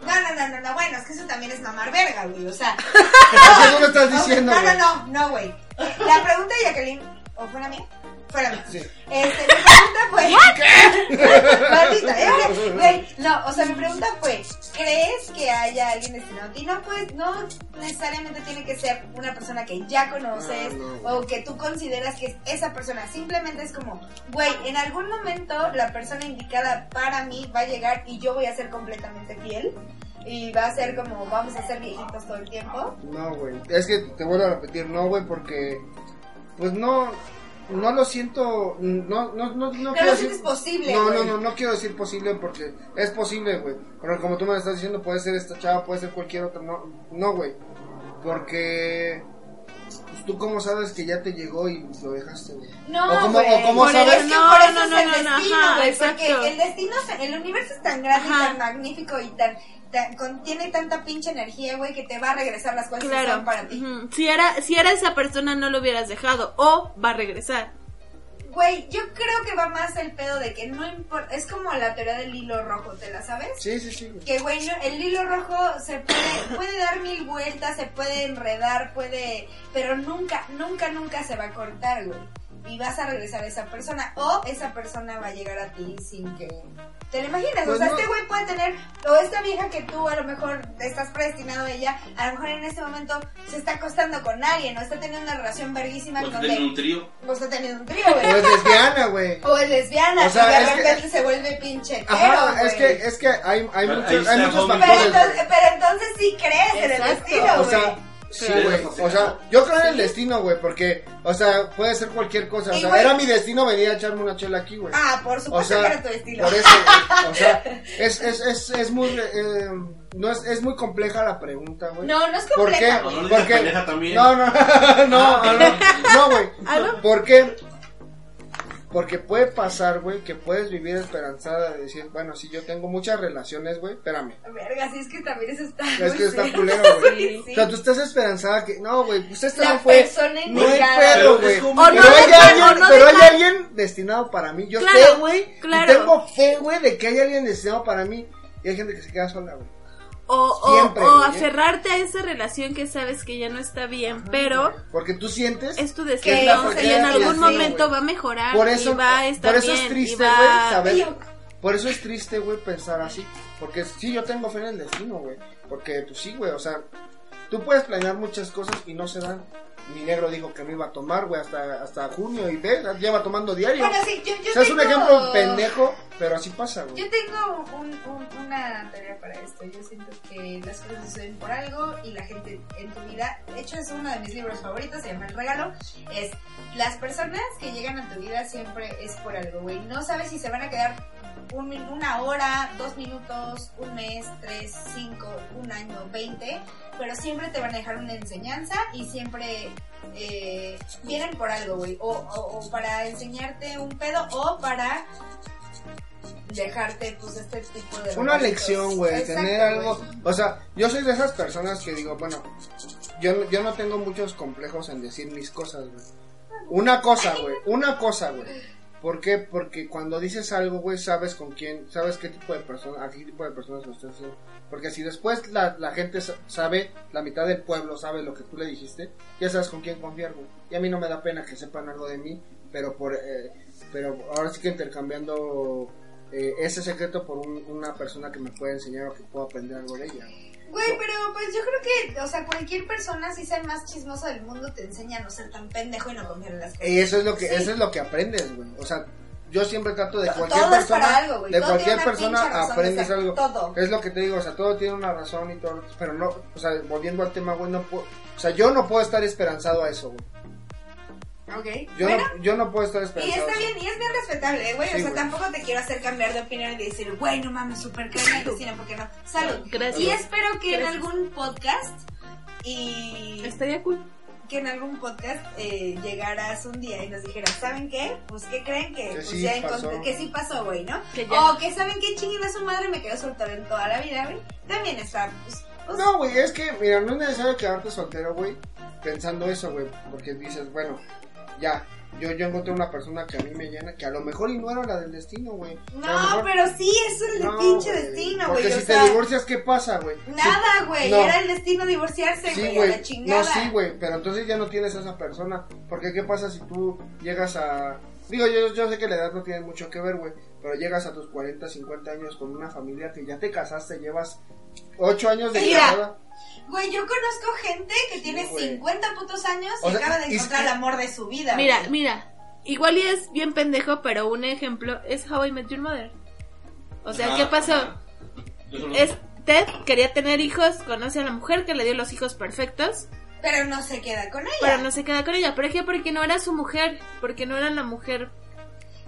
[SPEAKER 1] No, no, no, no, no, bueno, es que eso también es mamar verga, güey, o sea.
[SPEAKER 4] Eso tú lo estás
[SPEAKER 1] no,
[SPEAKER 4] diciendo,
[SPEAKER 1] No,
[SPEAKER 4] güey.
[SPEAKER 1] no, no, no, güey. La pregunta de Jacqueline, ¿o fue la mía? Fue la mía.
[SPEAKER 4] Sí.
[SPEAKER 1] Este, mi pregunta fue... ¿Qué? Maldita, ¿eh? Güey, no, o sea, mi pregunta fue, ¿crees que haya alguien destinado a ti? No, pues, no necesariamente tiene que ser una persona que ya conoces
[SPEAKER 4] Ah, no, güey.
[SPEAKER 1] o que tú consideras que es esa persona. Simplemente es como, güey, en algún momento la persona indicada para mí va a llegar y yo voy a ser completamente fiel. Y va a ser como, vamos a ser viejitos todo el tiempo.
[SPEAKER 4] No, güey. Es que te vuelvo a repetir, no, güey, porque. Pues no. No lo siento. No, no, no, no, quiero
[SPEAKER 1] lo
[SPEAKER 4] decir-
[SPEAKER 1] sientes posible,
[SPEAKER 4] No,
[SPEAKER 1] güey.
[SPEAKER 4] no, no, no quiero decir posible porque es posible, güey. Pero como tú me estás diciendo, puede ser esta chava, puede ser cualquier otra. No, no, güey. Porque. pues, tú cómo sabes que ya te llegó y lo dejaste, güey.
[SPEAKER 1] No,
[SPEAKER 4] o cómo,
[SPEAKER 1] güey.
[SPEAKER 4] o cómo
[SPEAKER 2] Por
[SPEAKER 4] sabes.
[SPEAKER 1] Es que
[SPEAKER 2] No,
[SPEAKER 1] por eso
[SPEAKER 2] no,
[SPEAKER 1] es
[SPEAKER 2] no,
[SPEAKER 1] el
[SPEAKER 2] no, no,
[SPEAKER 1] destino,
[SPEAKER 2] ajá,
[SPEAKER 1] güey,
[SPEAKER 2] exacto.
[SPEAKER 1] Porque el destino, se- el universo es tan grande
[SPEAKER 2] Ajá.
[SPEAKER 1] y tan magnífico y tan, tan- contiene tanta pinche energía, güey, que te va a regresar las cosas que
[SPEAKER 2] Claro.
[SPEAKER 1] son para ti.
[SPEAKER 2] Ujú. Si era, si era esa persona, no lo hubieras dejado. O va a regresar.
[SPEAKER 1] Güey, yo creo que va más el pedo de que no importa, es como la teoría del hilo rojo, ¿te la sabes?
[SPEAKER 4] Sí, sí, sí, güey.
[SPEAKER 1] Que güey, no- el hilo rojo se puede, puede dar mil vueltas, se puede enredar, puede, pero nunca, nunca, nunca se va a cortar, güey. Y vas a regresar a esa persona, o esa persona va a llegar a ti sin que te lo imaginas. o
[SPEAKER 4] Pues
[SPEAKER 1] sea,
[SPEAKER 4] no.
[SPEAKER 1] este güey puede tener, o esta vieja que tú a lo mejor estás predestinado a ella, a lo mejor en este momento se está acostando con alguien, o está teniendo una relación verguísima
[SPEAKER 3] Porque
[SPEAKER 1] con
[SPEAKER 3] tienen
[SPEAKER 1] donde
[SPEAKER 3] Pues un trío.
[SPEAKER 1] o está teniendo un trío,
[SPEAKER 4] Pues
[SPEAKER 1] güey.
[SPEAKER 4] lesbiana, güey.
[SPEAKER 1] O es lesbiana,
[SPEAKER 4] O sea,
[SPEAKER 1] y de
[SPEAKER 4] es que-
[SPEAKER 1] repente se vuelve pinche.
[SPEAKER 4] Ajá, es que, es que hay, hay,
[SPEAKER 3] Ahí
[SPEAKER 4] muchos,
[SPEAKER 3] está,
[SPEAKER 4] hay muchos
[SPEAKER 3] homie.
[SPEAKER 1] Pero
[SPEAKER 4] factores. güey.
[SPEAKER 1] entonces, pero entonces sí crees en el
[SPEAKER 2] Exacto.
[SPEAKER 1] destino,
[SPEAKER 4] O
[SPEAKER 1] güey.
[SPEAKER 4] sea, sí,
[SPEAKER 3] Sí,
[SPEAKER 4] güey.
[SPEAKER 3] eso sí.
[SPEAKER 4] O sea, yo creo en el destino, güey, porque, o sea, puede ser cualquier cosa. O
[SPEAKER 1] Y,
[SPEAKER 4] sea,
[SPEAKER 1] güey-
[SPEAKER 4] era mi destino venir a echarme una chela aquí, güey.
[SPEAKER 1] ah, por
[SPEAKER 4] O
[SPEAKER 1] supuesto que
[SPEAKER 4] sea,
[SPEAKER 1] era tu destino.
[SPEAKER 4] por eso, güey. O sea, es, es, es, es muy, eh, no es, es muy compleja la pregunta, güey.
[SPEAKER 1] No, no es
[SPEAKER 4] ¿Por qué?
[SPEAKER 1] compleja,
[SPEAKER 3] No, no
[SPEAKER 1] güey.
[SPEAKER 3] digas
[SPEAKER 4] Porque-
[SPEAKER 3] pendeja también.
[SPEAKER 4] No, no, no, no, no, güey.
[SPEAKER 2] ¿Ah, no?
[SPEAKER 4] ¿Por qué? Porque puede pasar, güey, que puedes vivir esperanzada de decir, bueno, sí, yo tengo muchas relaciones, güey, espérame.
[SPEAKER 1] Verga, sí, es que también eso está.
[SPEAKER 4] Es que está
[SPEAKER 1] sí.
[SPEAKER 4] culero,
[SPEAKER 1] Sí,
[SPEAKER 4] güey.
[SPEAKER 1] sí.
[SPEAKER 4] O sea, tú estás esperanzada que, no, güey, pues esta
[SPEAKER 1] La
[SPEAKER 4] no fue.
[SPEAKER 1] persona
[SPEAKER 4] No hay
[SPEAKER 1] indicada.
[SPEAKER 3] Pero
[SPEAKER 4] pedo,
[SPEAKER 3] es
[SPEAKER 4] güey.
[SPEAKER 3] como-
[SPEAKER 2] O
[SPEAKER 4] Pero,
[SPEAKER 2] no
[SPEAKER 4] hay
[SPEAKER 2] dejar,
[SPEAKER 4] alguien-
[SPEAKER 2] o no
[SPEAKER 4] pero hay
[SPEAKER 2] dejar.
[SPEAKER 4] alguien destinado para mí. Yo
[SPEAKER 2] Claro,
[SPEAKER 4] sé, güey. y
[SPEAKER 2] claro.
[SPEAKER 4] Tengo fe, güey, de que hay alguien destinado para mí. Y hay gente que se queda sola, güey.
[SPEAKER 2] O, o-
[SPEAKER 4] Siempre,
[SPEAKER 2] o
[SPEAKER 4] güey. ¿eh?
[SPEAKER 2] aferrarte a esa relación que sabes que ya no está bien, pero
[SPEAKER 4] Porque tú sientes.
[SPEAKER 2] es tu
[SPEAKER 1] Que
[SPEAKER 2] destino
[SPEAKER 1] no
[SPEAKER 2] y en
[SPEAKER 1] sea
[SPEAKER 2] algún
[SPEAKER 1] así,
[SPEAKER 2] momento
[SPEAKER 4] güey.
[SPEAKER 2] va a mejorar
[SPEAKER 4] Por eso,
[SPEAKER 2] y va a estar
[SPEAKER 4] por eso
[SPEAKER 2] bien
[SPEAKER 4] es triste,
[SPEAKER 2] y
[SPEAKER 4] güey,
[SPEAKER 2] va-
[SPEAKER 4] saber.
[SPEAKER 1] Oye.
[SPEAKER 4] Por eso es triste, güey, pensar así. Porque sí, yo tengo fe en el destino, güey. Porque, pues sí, güey, o sea, tú puedes planear muchas cosas y no se dan. Mi negro dijo que no iba a tomar, güey, hasta, hasta junio y ve, lleva tomando diario.
[SPEAKER 1] Bueno, sí, yo, yo
[SPEAKER 4] o sea, es un
[SPEAKER 1] tengo-
[SPEAKER 4] ejemplo pendejo, pero así pasa, güey.
[SPEAKER 1] Yo tengo un- un- una teoría para esto. Yo siento que las cosas suceden por algo y la gente en tu vida. De hecho, es uno de mis libros favoritos, se llama El Regalo. Es las personas que llegan a tu vida siempre es por algo, güey. No sabes si se van a quedar un min- una hora, dos minutos, un mes, tres, cinco, un año, veinte, pero siempre te van a dejar una enseñanza y siempre eh, vienen por algo, güey, o, o- o para enseñarte un pedo o para dejarte, pues, este tipo de...
[SPEAKER 4] Una
[SPEAKER 1] regalitos.
[SPEAKER 4] lección, güey,
[SPEAKER 1] Exacto,
[SPEAKER 4] tener
[SPEAKER 1] güey.
[SPEAKER 4] algo. O sea, yo soy de esas personas que digo, bueno, yo, yo no tengo muchos complejos en decir mis cosas, güey. Una cosa, güey, una cosa, güey. ¿Por qué? Porque cuando dices algo, güey, sabes con quién, sabes qué tipo de persona, a qué tipo de personas lo estás diciendo. Porque si después la, la gente sa- sabe, la mitad del pueblo sabe lo que tú le dijiste, ya sabes con quién confiar, güey. Y a mí no me da pena que sepan algo de mí, pero por, eh, pero ahora sí que intercambiando eh, ese secreto por un- una persona que me puede enseñar o que pueda aprender algo de ella.
[SPEAKER 1] Güey, pero pues yo creo que, o sea, cualquier persona, si sea el más chismoso del mundo, te enseña a no ser tan pendejo y no confiar en las cosas.
[SPEAKER 4] Y eso es lo que,
[SPEAKER 1] Sí.
[SPEAKER 4] eso es lo que aprendes, güey. O sea, yo siempre trato de
[SPEAKER 1] To-
[SPEAKER 4] cualquier
[SPEAKER 1] todo es
[SPEAKER 4] persona,
[SPEAKER 1] para algo, güey.
[SPEAKER 4] de
[SPEAKER 1] Todo
[SPEAKER 4] cualquier
[SPEAKER 1] tiene una pinche
[SPEAKER 4] persona
[SPEAKER 1] razón de
[SPEAKER 4] aprendes
[SPEAKER 1] ser.
[SPEAKER 4] algo.
[SPEAKER 1] Todo.
[SPEAKER 4] Es lo que te digo, o sea, todo tiene una razón y todo, pero no, o sea, volviendo al tema, güey, no puedo, o sea, yo no puedo estar esperanzado a eso, güey.
[SPEAKER 1] Ok.
[SPEAKER 4] Yo,
[SPEAKER 1] bueno,
[SPEAKER 4] no, yo no puedo estar
[SPEAKER 1] y
[SPEAKER 4] esperanzado.
[SPEAKER 1] está
[SPEAKER 4] a eso.
[SPEAKER 1] bien, y es bien respetable, eh, güey.
[SPEAKER 4] Sí,
[SPEAKER 1] o sea,
[SPEAKER 4] güey.
[SPEAKER 1] tampoco te quiero hacer cambiar de opinión y decir, güey, no mames, súper crema sino porque no. Salud.
[SPEAKER 2] Gracias.
[SPEAKER 1] Y espero que en
[SPEAKER 2] Gracias.
[SPEAKER 1] algún podcast y
[SPEAKER 4] Este.
[SPEAKER 2] Estaría cool.
[SPEAKER 1] que en algún podcast eh, llegaras un día y nos dijeras, ¿saben qué? Pues que creen que,
[SPEAKER 4] Que
[SPEAKER 1] pues,
[SPEAKER 4] sí
[SPEAKER 1] ya encont-
[SPEAKER 4] pasó.
[SPEAKER 1] que sí pasó, güey, ¿no?
[SPEAKER 2] Que ya-
[SPEAKER 1] O que saben qué chinguen a su madre me quedó soltero en toda la vida, güey. También está, pues, pues,
[SPEAKER 4] No, güey, es que, mira, no es necesario quedarte soltero, güey, pensando eso, güey, porque dices, bueno, ya, yo, yo encontré una persona que a mí me llena, que a lo mejor y no era la del destino, güey. A lo
[SPEAKER 1] No,
[SPEAKER 4] mejor-
[SPEAKER 1] pero sí, es el
[SPEAKER 4] No,
[SPEAKER 1] pinche
[SPEAKER 4] güey,
[SPEAKER 1] destino,
[SPEAKER 4] Porque
[SPEAKER 1] güey.
[SPEAKER 4] si
[SPEAKER 1] O
[SPEAKER 4] te
[SPEAKER 1] sea,
[SPEAKER 4] divorcias, ¿qué pasa, güey?
[SPEAKER 1] nada, güey.
[SPEAKER 4] No.
[SPEAKER 1] Era el destino divorciarse,
[SPEAKER 4] Sí,
[SPEAKER 1] güey, a
[SPEAKER 4] güey.
[SPEAKER 1] la chingada.
[SPEAKER 4] No, sí, güey. Pero entonces ya no tienes a esa persona. Porque qué pasa si tú llegas a... Digo, yo, yo sé que la edad no tiene mucho que ver, güey. Pero llegas a tus 40, 50 años con una familia que ya te casaste, llevas 8 años de
[SPEAKER 1] Mira,
[SPEAKER 4] casada.
[SPEAKER 1] Güey, yo conozco gente que tiene
[SPEAKER 4] güey.
[SPEAKER 1] 50 putos años y
[SPEAKER 4] O sea,
[SPEAKER 1] acaba de
[SPEAKER 4] y-
[SPEAKER 1] encontrar el amor de su vida.
[SPEAKER 2] Mira,
[SPEAKER 1] güey.
[SPEAKER 2] mira. Igual y es bien pendejo, pero un ejemplo es How I Met Your Mother. O sea,
[SPEAKER 3] Ajá.
[SPEAKER 4] Ah.
[SPEAKER 2] ¿qué pasó?
[SPEAKER 3] Yo solo-
[SPEAKER 2] Es Ted quería tener hijos, conoce a la mujer que le dio los hijos perfectos,
[SPEAKER 1] Pero no se queda con ella.
[SPEAKER 2] pero no se queda con ella. ¿Por qué? Porque no era su mujer, porque no era la mujer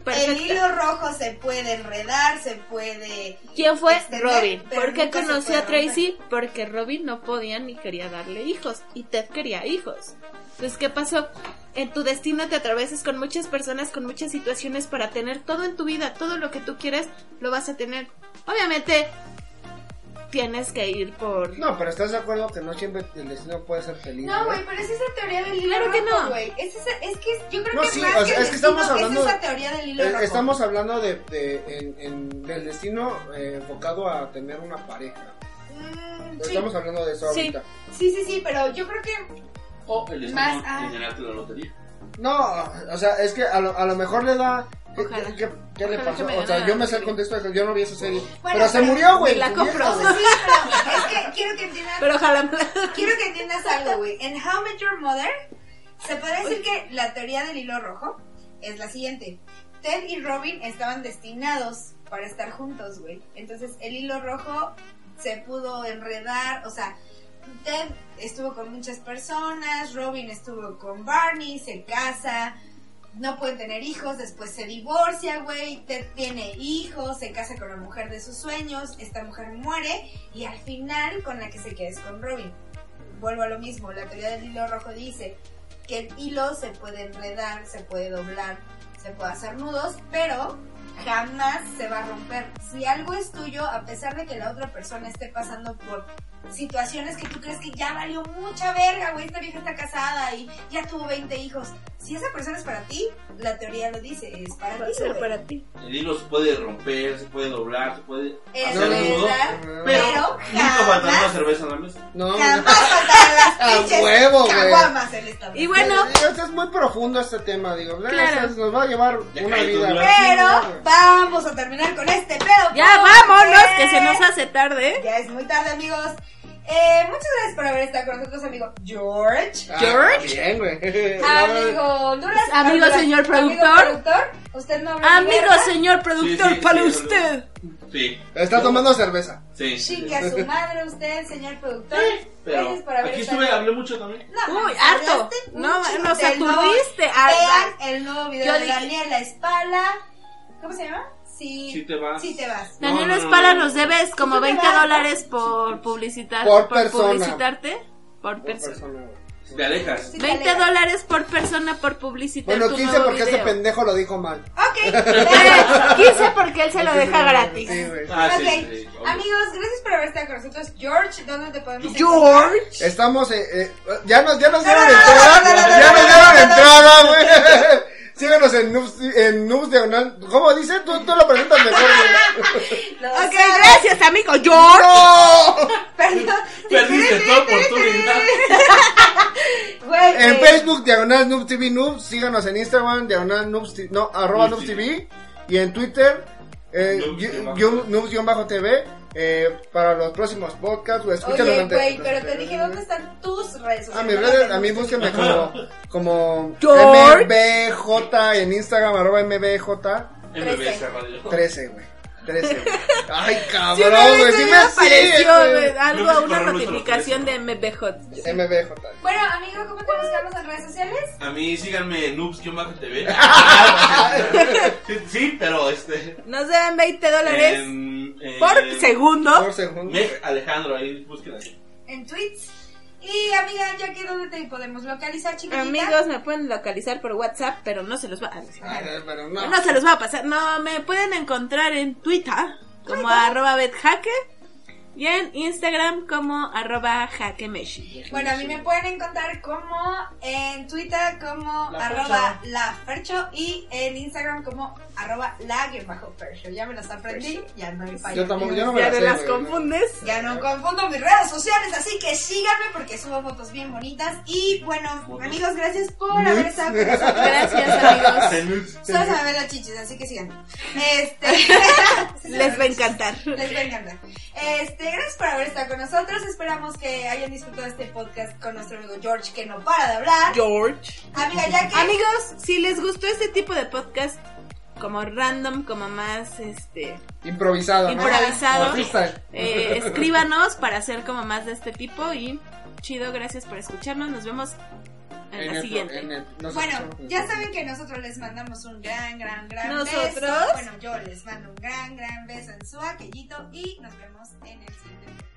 [SPEAKER 1] el hilo
[SPEAKER 2] perfecta.
[SPEAKER 1] rojo se puede enredar, se puede.
[SPEAKER 2] ¿Quién fue?
[SPEAKER 1] extender,
[SPEAKER 2] Robin.
[SPEAKER 1] pero
[SPEAKER 2] ¿Por qué
[SPEAKER 1] nunca se
[SPEAKER 2] conoció a
[SPEAKER 1] puede romper.
[SPEAKER 2] Tracy? Porque Robin no podía ni quería darle hijos y Ted quería hijos. Entonces, ¿qué pasó? En tu destino te atravesas con muchas personas, con muchas situaciones para tener todo en tu vida, todo lo que tú quieres, lo vas a tener. Obviamente, tienes que ir por...
[SPEAKER 4] No, pero estás de acuerdo que no siempre el destino puede ser feliz.
[SPEAKER 1] No, güey, pero es esa teoría del hilo
[SPEAKER 2] Claro
[SPEAKER 1] rojo.
[SPEAKER 2] que no.
[SPEAKER 1] Güey. Es, esa, es que yo creo
[SPEAKER 4] No,
[SPEAKER 1] que
[SPEAKER 4] sí,
[SPEAKER 1] más
[SPEAKER 4] o
[SPEAKER 1] que
[SPEAKER 4] sea,
[SPEAKER 1] el
[SPEAKER 4] es que estamos
[SPEAKER 1] destino,
[SPEAKER 4] hablando-
[SPEAKER 1] Es esa teoría del hilo
[SPEAKER 4] Eh,
[SPEAKER 1] rojo.
[SPEAKER 4] Estamos hablando de, de- en, en- del destino eh, enfocado a tener una pareja.
[SPEAKER 1] Mm, sí.
[SPEAKER 4] Estamos hablando de eso
[SPEAKER 2] Sí.
[SPEAKER 4] ahorita.
[SPEAKER 1] sí, sí, sí, pero yo creo que
[SPEAKER 3] O el destino
[SPEAKER 1] Más, ah.
[SPEAKER 3] de ganarte la lotería.
[SPEAKER 4] No, o sea, es que a lo, a lo mejor le da. ¿Qué,
[SPEAKER 2] Ojalá.
[SPEAKER 4] qué- qué
[SPEAKER 2] Ojalá
[SPEAKER 4] le
[SPEAKER 2] que
[SPEAKER 4] pasó?
[SPEAKER 2] me
[SPEAKER 4] O sea,
[SPEAKER 2] ganara
[SPEAKER 4] yo
[SPEAKER 2] la
[SPEAKER 4] me sé el
[SPEAKER 2] lotería.
[SPEAKER 4] contexto de que yo no vi esa serie.
[SPEAKER 1] Bueno,
[SPEAKER 4] pero se
[SPEAKER 1] pero
[SPEAKER 4] murió, güey.
[SPEAKER 2] me la
[SPEAKER 4] tu vieja,
[SPEAKER 2] compro.
[SPEAKER 4] güey.
[SPEAKER 1] Sí, pero es que quiero que entiendan,
[SPEAKER 2] Pero ojalá... me-
[SPEAKER 1] quiero que entiendas algo, güey. En How I Met Your Mother, se puede decir que la teoría del hilo rojo es la siguiente. Ted y Robin estaban destinados para estar juntos, güey. Entonces el hilo rojo se pudo enredar, o sea, Ted estuvo con muchas personas, Robin estuvo con Barney, se casa, no pueden tener hijos, después se divorcia, güey, Ted tiene hijos, se casa con la mujer de sus sueños, esta mujer muere y al final con la que se queda es con Robin. Vuelvo a lo mismo, la teoría del hilo rojo dice que el hilo se puede enredar, se puede doblar, se puede hacer nudos, pero jamás se va a romper. Si algo es tuyo, a pesar de que la otra persona esté pasando por situaciones que tú crees que ya valió mucha verga, güey, esta vieja está casada y ya tuvo 20 hijos. Si esa persona es para ti, la teoría lo dice, es para
[SPEAKER 2] Va
[SPEAKER 1] ti.
[SPEAKER 2] a ser
[SPEAKER 1] güey.
[SPEAKER 2] para ti.
[SPEAKER 3] El hilo se puede romper, se puede doblar, se puede
[SPEAKER 1] Es
[SPEAKER 3] hacer nudo.
[SPEAKER 1] verdad,
[SPEAKER 4] Pero
[SPEAKER 1] pero,
[SPEAKER 3] Nunca faltará una
[SPEAKER 1] jamás,
[SPEAKER 3] cerveza en la mesa.
[SPEAKER 4] No,
[SPEAKER 1] jamás faltarán
[SPEAKER 4] A
[SPEAKER 2] Ah,
[SPEAKER 1] las pinches
[SPEAKER 4] huevo, güey.
[SPEAKER 1] caguamas en esta
[SPEAKER 2] Y
[SPEAKER 1] mesa.
[SPEAKER 2] bueno,
[SPEAKER 4] Este es muy profundo este tema, digo. eh,
[SPEAKER 2] Claro.
[SPEAKER 4] o sea, nos va a llevar
[SPEAKER 3] Ya
[SPEAKER 4] una
[SPEAKER 3] caí,
[SPEAKER 4] vida.
[SPEAKER 3] tú,
[SPEAKER 1] Pero vamos a terminar con este pedo.
[SPEAKER 2] Ya vámonos, que se nos hace tarde.
[SPEAKER 1] Ya es muy tarde, amigos. Eh, muchas gracias por haber estado con nosotros, amigo George. Ah,
[SPEAKER 4] Ah,
[SPEAKER 2] George.
[SPEAKER 4] Bien, güey.
[SPEAKER 1] Amigo Honduras.
[SPEAKER 2] Amigo
[SPEAKER 1] Honduras.
[SPEAKER 2] señor
[SPEAKER 1] Amigo
[SPEAKER 2] productor.
[SPEAKER 1] productor. Usted no habla ni
[SPEAKER 2] Amigo
[SPEAKER 1] verga.
[SPEAKER 2] señor
[SPEAKER 3] Sí,
[SPEAKER 2] productor,
[SPEAKER 3] sí,
[SPEAKER 2] para
[SPEAKER 3] sí,
[SPEAKER 2] usted.
[SPEAKER 3] Sí.
[SPEAKER 4] Está tomando cerveza.
[SPEAKER 3] Sí.
[SPEAKER 1] Chica su madre, usted, señor productor.
[SPEAKER 3] Pero
[SPEAKER 1] gracias por haber
[SPEAKER 3] aquí
[SPEAKER 1] estado.
[SPEAKER 3] estuve, hablé mucho también.
[SPEAKER 1] No,
[SPEAKER 2] Uy,
[SPEAKER 1] me
[SPEAKER 2] harto.
[SPEAKER 1] hablaste un
[SPEAKER 2] No,
[SPEAKER 1] chingo
[SPEAKER 2] nos
[SPEAKER 1] del nuevo-
[SPEAKER 2] aturdiste. harta.
[SPEAKER 1] Vean el nuevo video
[SPEAKER 2] Yo
[SPEAKER 1] de
[SPEAKER 2] dije-
[SPEAKER 1] Daniela Espala. ¿Cómo se llama? Sí,
[SPEAKER 3] Sí te vas.
[SPEAKER 1] Sí te vas.
[SPEAKER 3] No,
[SPEAKER 2] Daniel
[SPEAKER 3] no,
[SPEAKER 2] Espala
[SPEAKER 3] no, no.
[SPEAKER 2] nos debes como
[SPEAKER 1] Eso me
[SPEAKER 2] 20
[SPEAKER 1] da-
[SPEAKER 2] dólares por publicitar,
[SPEAKER 4] Por
[SPEAKER 2] por,
[SPEAKER 4] persona.
[SPEAKER 2] publicitarte, por
[SPEAKER 4] Por
[SPEAKER 2] persona.
[SPEAKER 4] persona, güey.
[SPEAKER 3] Te alejas.
[SPEAKER 1] Sí te
[SPEAKER 2] 20
[SPEAKER 1] alejas.
[SPEAKER 2] dólares por persona por publicitar
[SPEAKER 4] Bueno,
[SPEAKER 2] tu
[SPEAKER 4] 15
[SPEAKER 2] nuevo
[SPEAKER 4] porque este
[SPEAKER 2] video.
[SPEAKER 4] pendejo lo dijo mal.
[SPEAKER 1] Ok,
[SPEAKER 2] Eh, 15 porque él se lo
[SPEAKER 4] Sí,
[SPEAKER 2] deja
[SPEAKER 4] güey.
[SPEAKER 2] gratis.
[SPEAKER 4] Sí, güey.
[SPEAKER 3] Ah,
[SPEAKER 1] ok.
[SPEAKER 3] sí, sí, sí, obvio.
[SPEAKER 1] Amigos, gracias por haber estado con nosotros. George, ¿dónde te podemos encontrar?
[SPEAKER 2] George.
[SPEAKER 4] Estamos, eh, eh, ya nos, ya nos
[SPEAKER 1] No, no, no,
[SPEAKER 4] dieron entrada,
[SPEAKER 1] no, no, no,
[SPEAKER 4] ya
[SPEAKER 1] no,
[SPEAKER 4] nos
[SPEAKER 1] no,
[SPEAKER 4] dieron
[SPEAKER 1] no,
[SPEAKER 4] entrada, güey. Síganos en Noobs, en Noobs Diagonal. ¿Cómo dice? Tú, tú lo presentas mejor, güey.
[SPEAKER 1] Lo
[SPEAKER 2] Ok,
[SPEAKER 1] sabe.
[SPEAKER 2] gracias amigo George.
[SPEAKER 4] ¡No!
[SPEAKER 1] Perdón.
[SPEAKER 3] Perdiste tu oportunidad.
[SPEAKER 1] Güey,
[SPEAKER 4] En
[SPEAKER 1] eh,
[SPEAKER 4] Facebook, Diagonal Noobs TV Noobs. Síganos en Instagram, Diagonal Noobs TV, no, arroba
[SPEAKER 3] Noobs
[SPEAKER 4] Noobs TV. Y en Twitter, eh,
[SPEAKER 3] Noobs
[SPEAKER 4] yo-
[SPEAKER 3] guión bajo.
[SPEAKER 4] yo- Noobs-TV. Eh, para los próximos podcasts, güey, escúchanos
[SPEAKER 1] Oye,
[SPEAKER 4] antes.
[SPEAKER 1] güey, pero te dije, ¿dónde están tus redes
[SPEAKER 4] A
[SPEAKER 1] sociales?
[SPEAKER 4] mis redes, Ah, a mí búsquenme como, como
[SPEAKER 2] George.
[SPEAKER 4] MBJ en Instagram, arroba MBJ13,
[SPEAKER 3] MBS Radio.
[SPEAKER 4] güey. 13, güey. Ay,
[SPEAKER 2] Si
[SPEAKER 4] cabrón,
[SPEAKER 2] una
[SPEAKER 4] güey.
[SPEAKER 2] vez
[SPEAKER 4] Sí
[SPEAKER 2] se
[SPEAKER 4] me
[SPEAKER 2] me apareció
[SPEAKER 4] apareció,
[SPEAKER 2] güey,
[SPEAKER 3] Yo pensé
[SPEAKER 2] algo,
[SPEAKER 3] que
[SPEAKER 2] una
[SPEAKER 3] para Rulo se lo
[SPEAKER 2] notificación de
[SPEAKER 3] apareció.
[SPEAKER 2] MBJ.
[SPEAKER 4] MBJ.
[SPEAKER 1] Bueno, amigo, ¿cómo te buscamos en redes sociales?
[SPEAKER 3] A mí síganme en noobs-tv. sí, sí, pero este.
[SPEAKER 2] Nos deben 20 dólares
[SPEAKER 3] en- en-
[SPEAKER 2] por segundo.
[SPEAKER 4] Por segundo.
[SPEAKER 3] Meg Alejandro, ahí búsquenla.
[SPEAKER 1] En tweets. Y amiga, ya que ¿dónde te podemos localizar, chiquitita?
[SPEAKER 2] Amigos, me pueden localizar por WhatsApp, pero no se los va a
[SPEAKER 4] Ay, pero no.
[SPEAKER 2] No se los va a pasar. No, me pueden encontrar en Twitter como arroba betjaque y en Instagram como arroba jaquemeshi.
[SPEAKER 1] Bueno, a mí me pueden encontrar como en Twitter como
[SPEAKER 4] La
[SPEAKER 1] arroba lafercho y en Instagram como arroba la guión bajo percho. Ya me las aprendí, ya no hay fallo.
[SPEAKER 4] Yo tampoco, yo no me
[SPEAKER 2] Ya
[SPEAKER 4] la
[SPEAKER 2] no
[SPEAKER 4] sé,
[SPEAKER 2] las
[SPEAKER 4] güey,
[SPEAKER 2] confundes.
[SPEAKER 1] Ya no confundo mis redes sociales, así que síganme porque subo fotos bien bonitas. Y bueno, amigos, gracias por
[SPEAKER 4] Nudes.
[SPEAKER 1] haber estado con nosotros.
[SPEAKER 2] Gracias, amigos.
[SPEAKER 1] Solo se me ven las chichis, así que síganme. Este,
[SPEAKER 2] Les va a encantar.
[SPEAKER 1] les va a encantar. Este, gracias por haber estado con nosotros. Esperamos que hayan disfrutado este podcast con nuestro amigo George, que no para de hablar.
[SPEAKER 2] George.
[SPEAKER 1] Amiga, ya que.
[SPEAKER 2] Amigos, si les gustó este tipo de podcast como random, como más este
[SPEAKER 4] Improvisado, ¿no?
[SPEAKER 2] improvisado,
[SPEAKER 4] Freestyle.
[SPEAKER 2] eh, escríbanos para hacer como más de este tipo y chido, gracias por escucharnos. Nos vemos en,
[SPEAKER 4] En
[SPEAKER 2] la
[SPEAKER 4] el-
[SPEAKER 2] siguiente.
[SPEAKER 4] en el- nos
[SPEAKER 1] Bueno,
[SPEAKER 4] escuchamos.
[SPEAKER 1] ya saben que nosotros les mandamos un gran, gran, gran
[SPEAKER 2] ¿Nosotros?
[SPEAKER 1] beso. Bueno, yo les mando un gran, gran beso en su aquellito y nos vemos en el siguiente. video.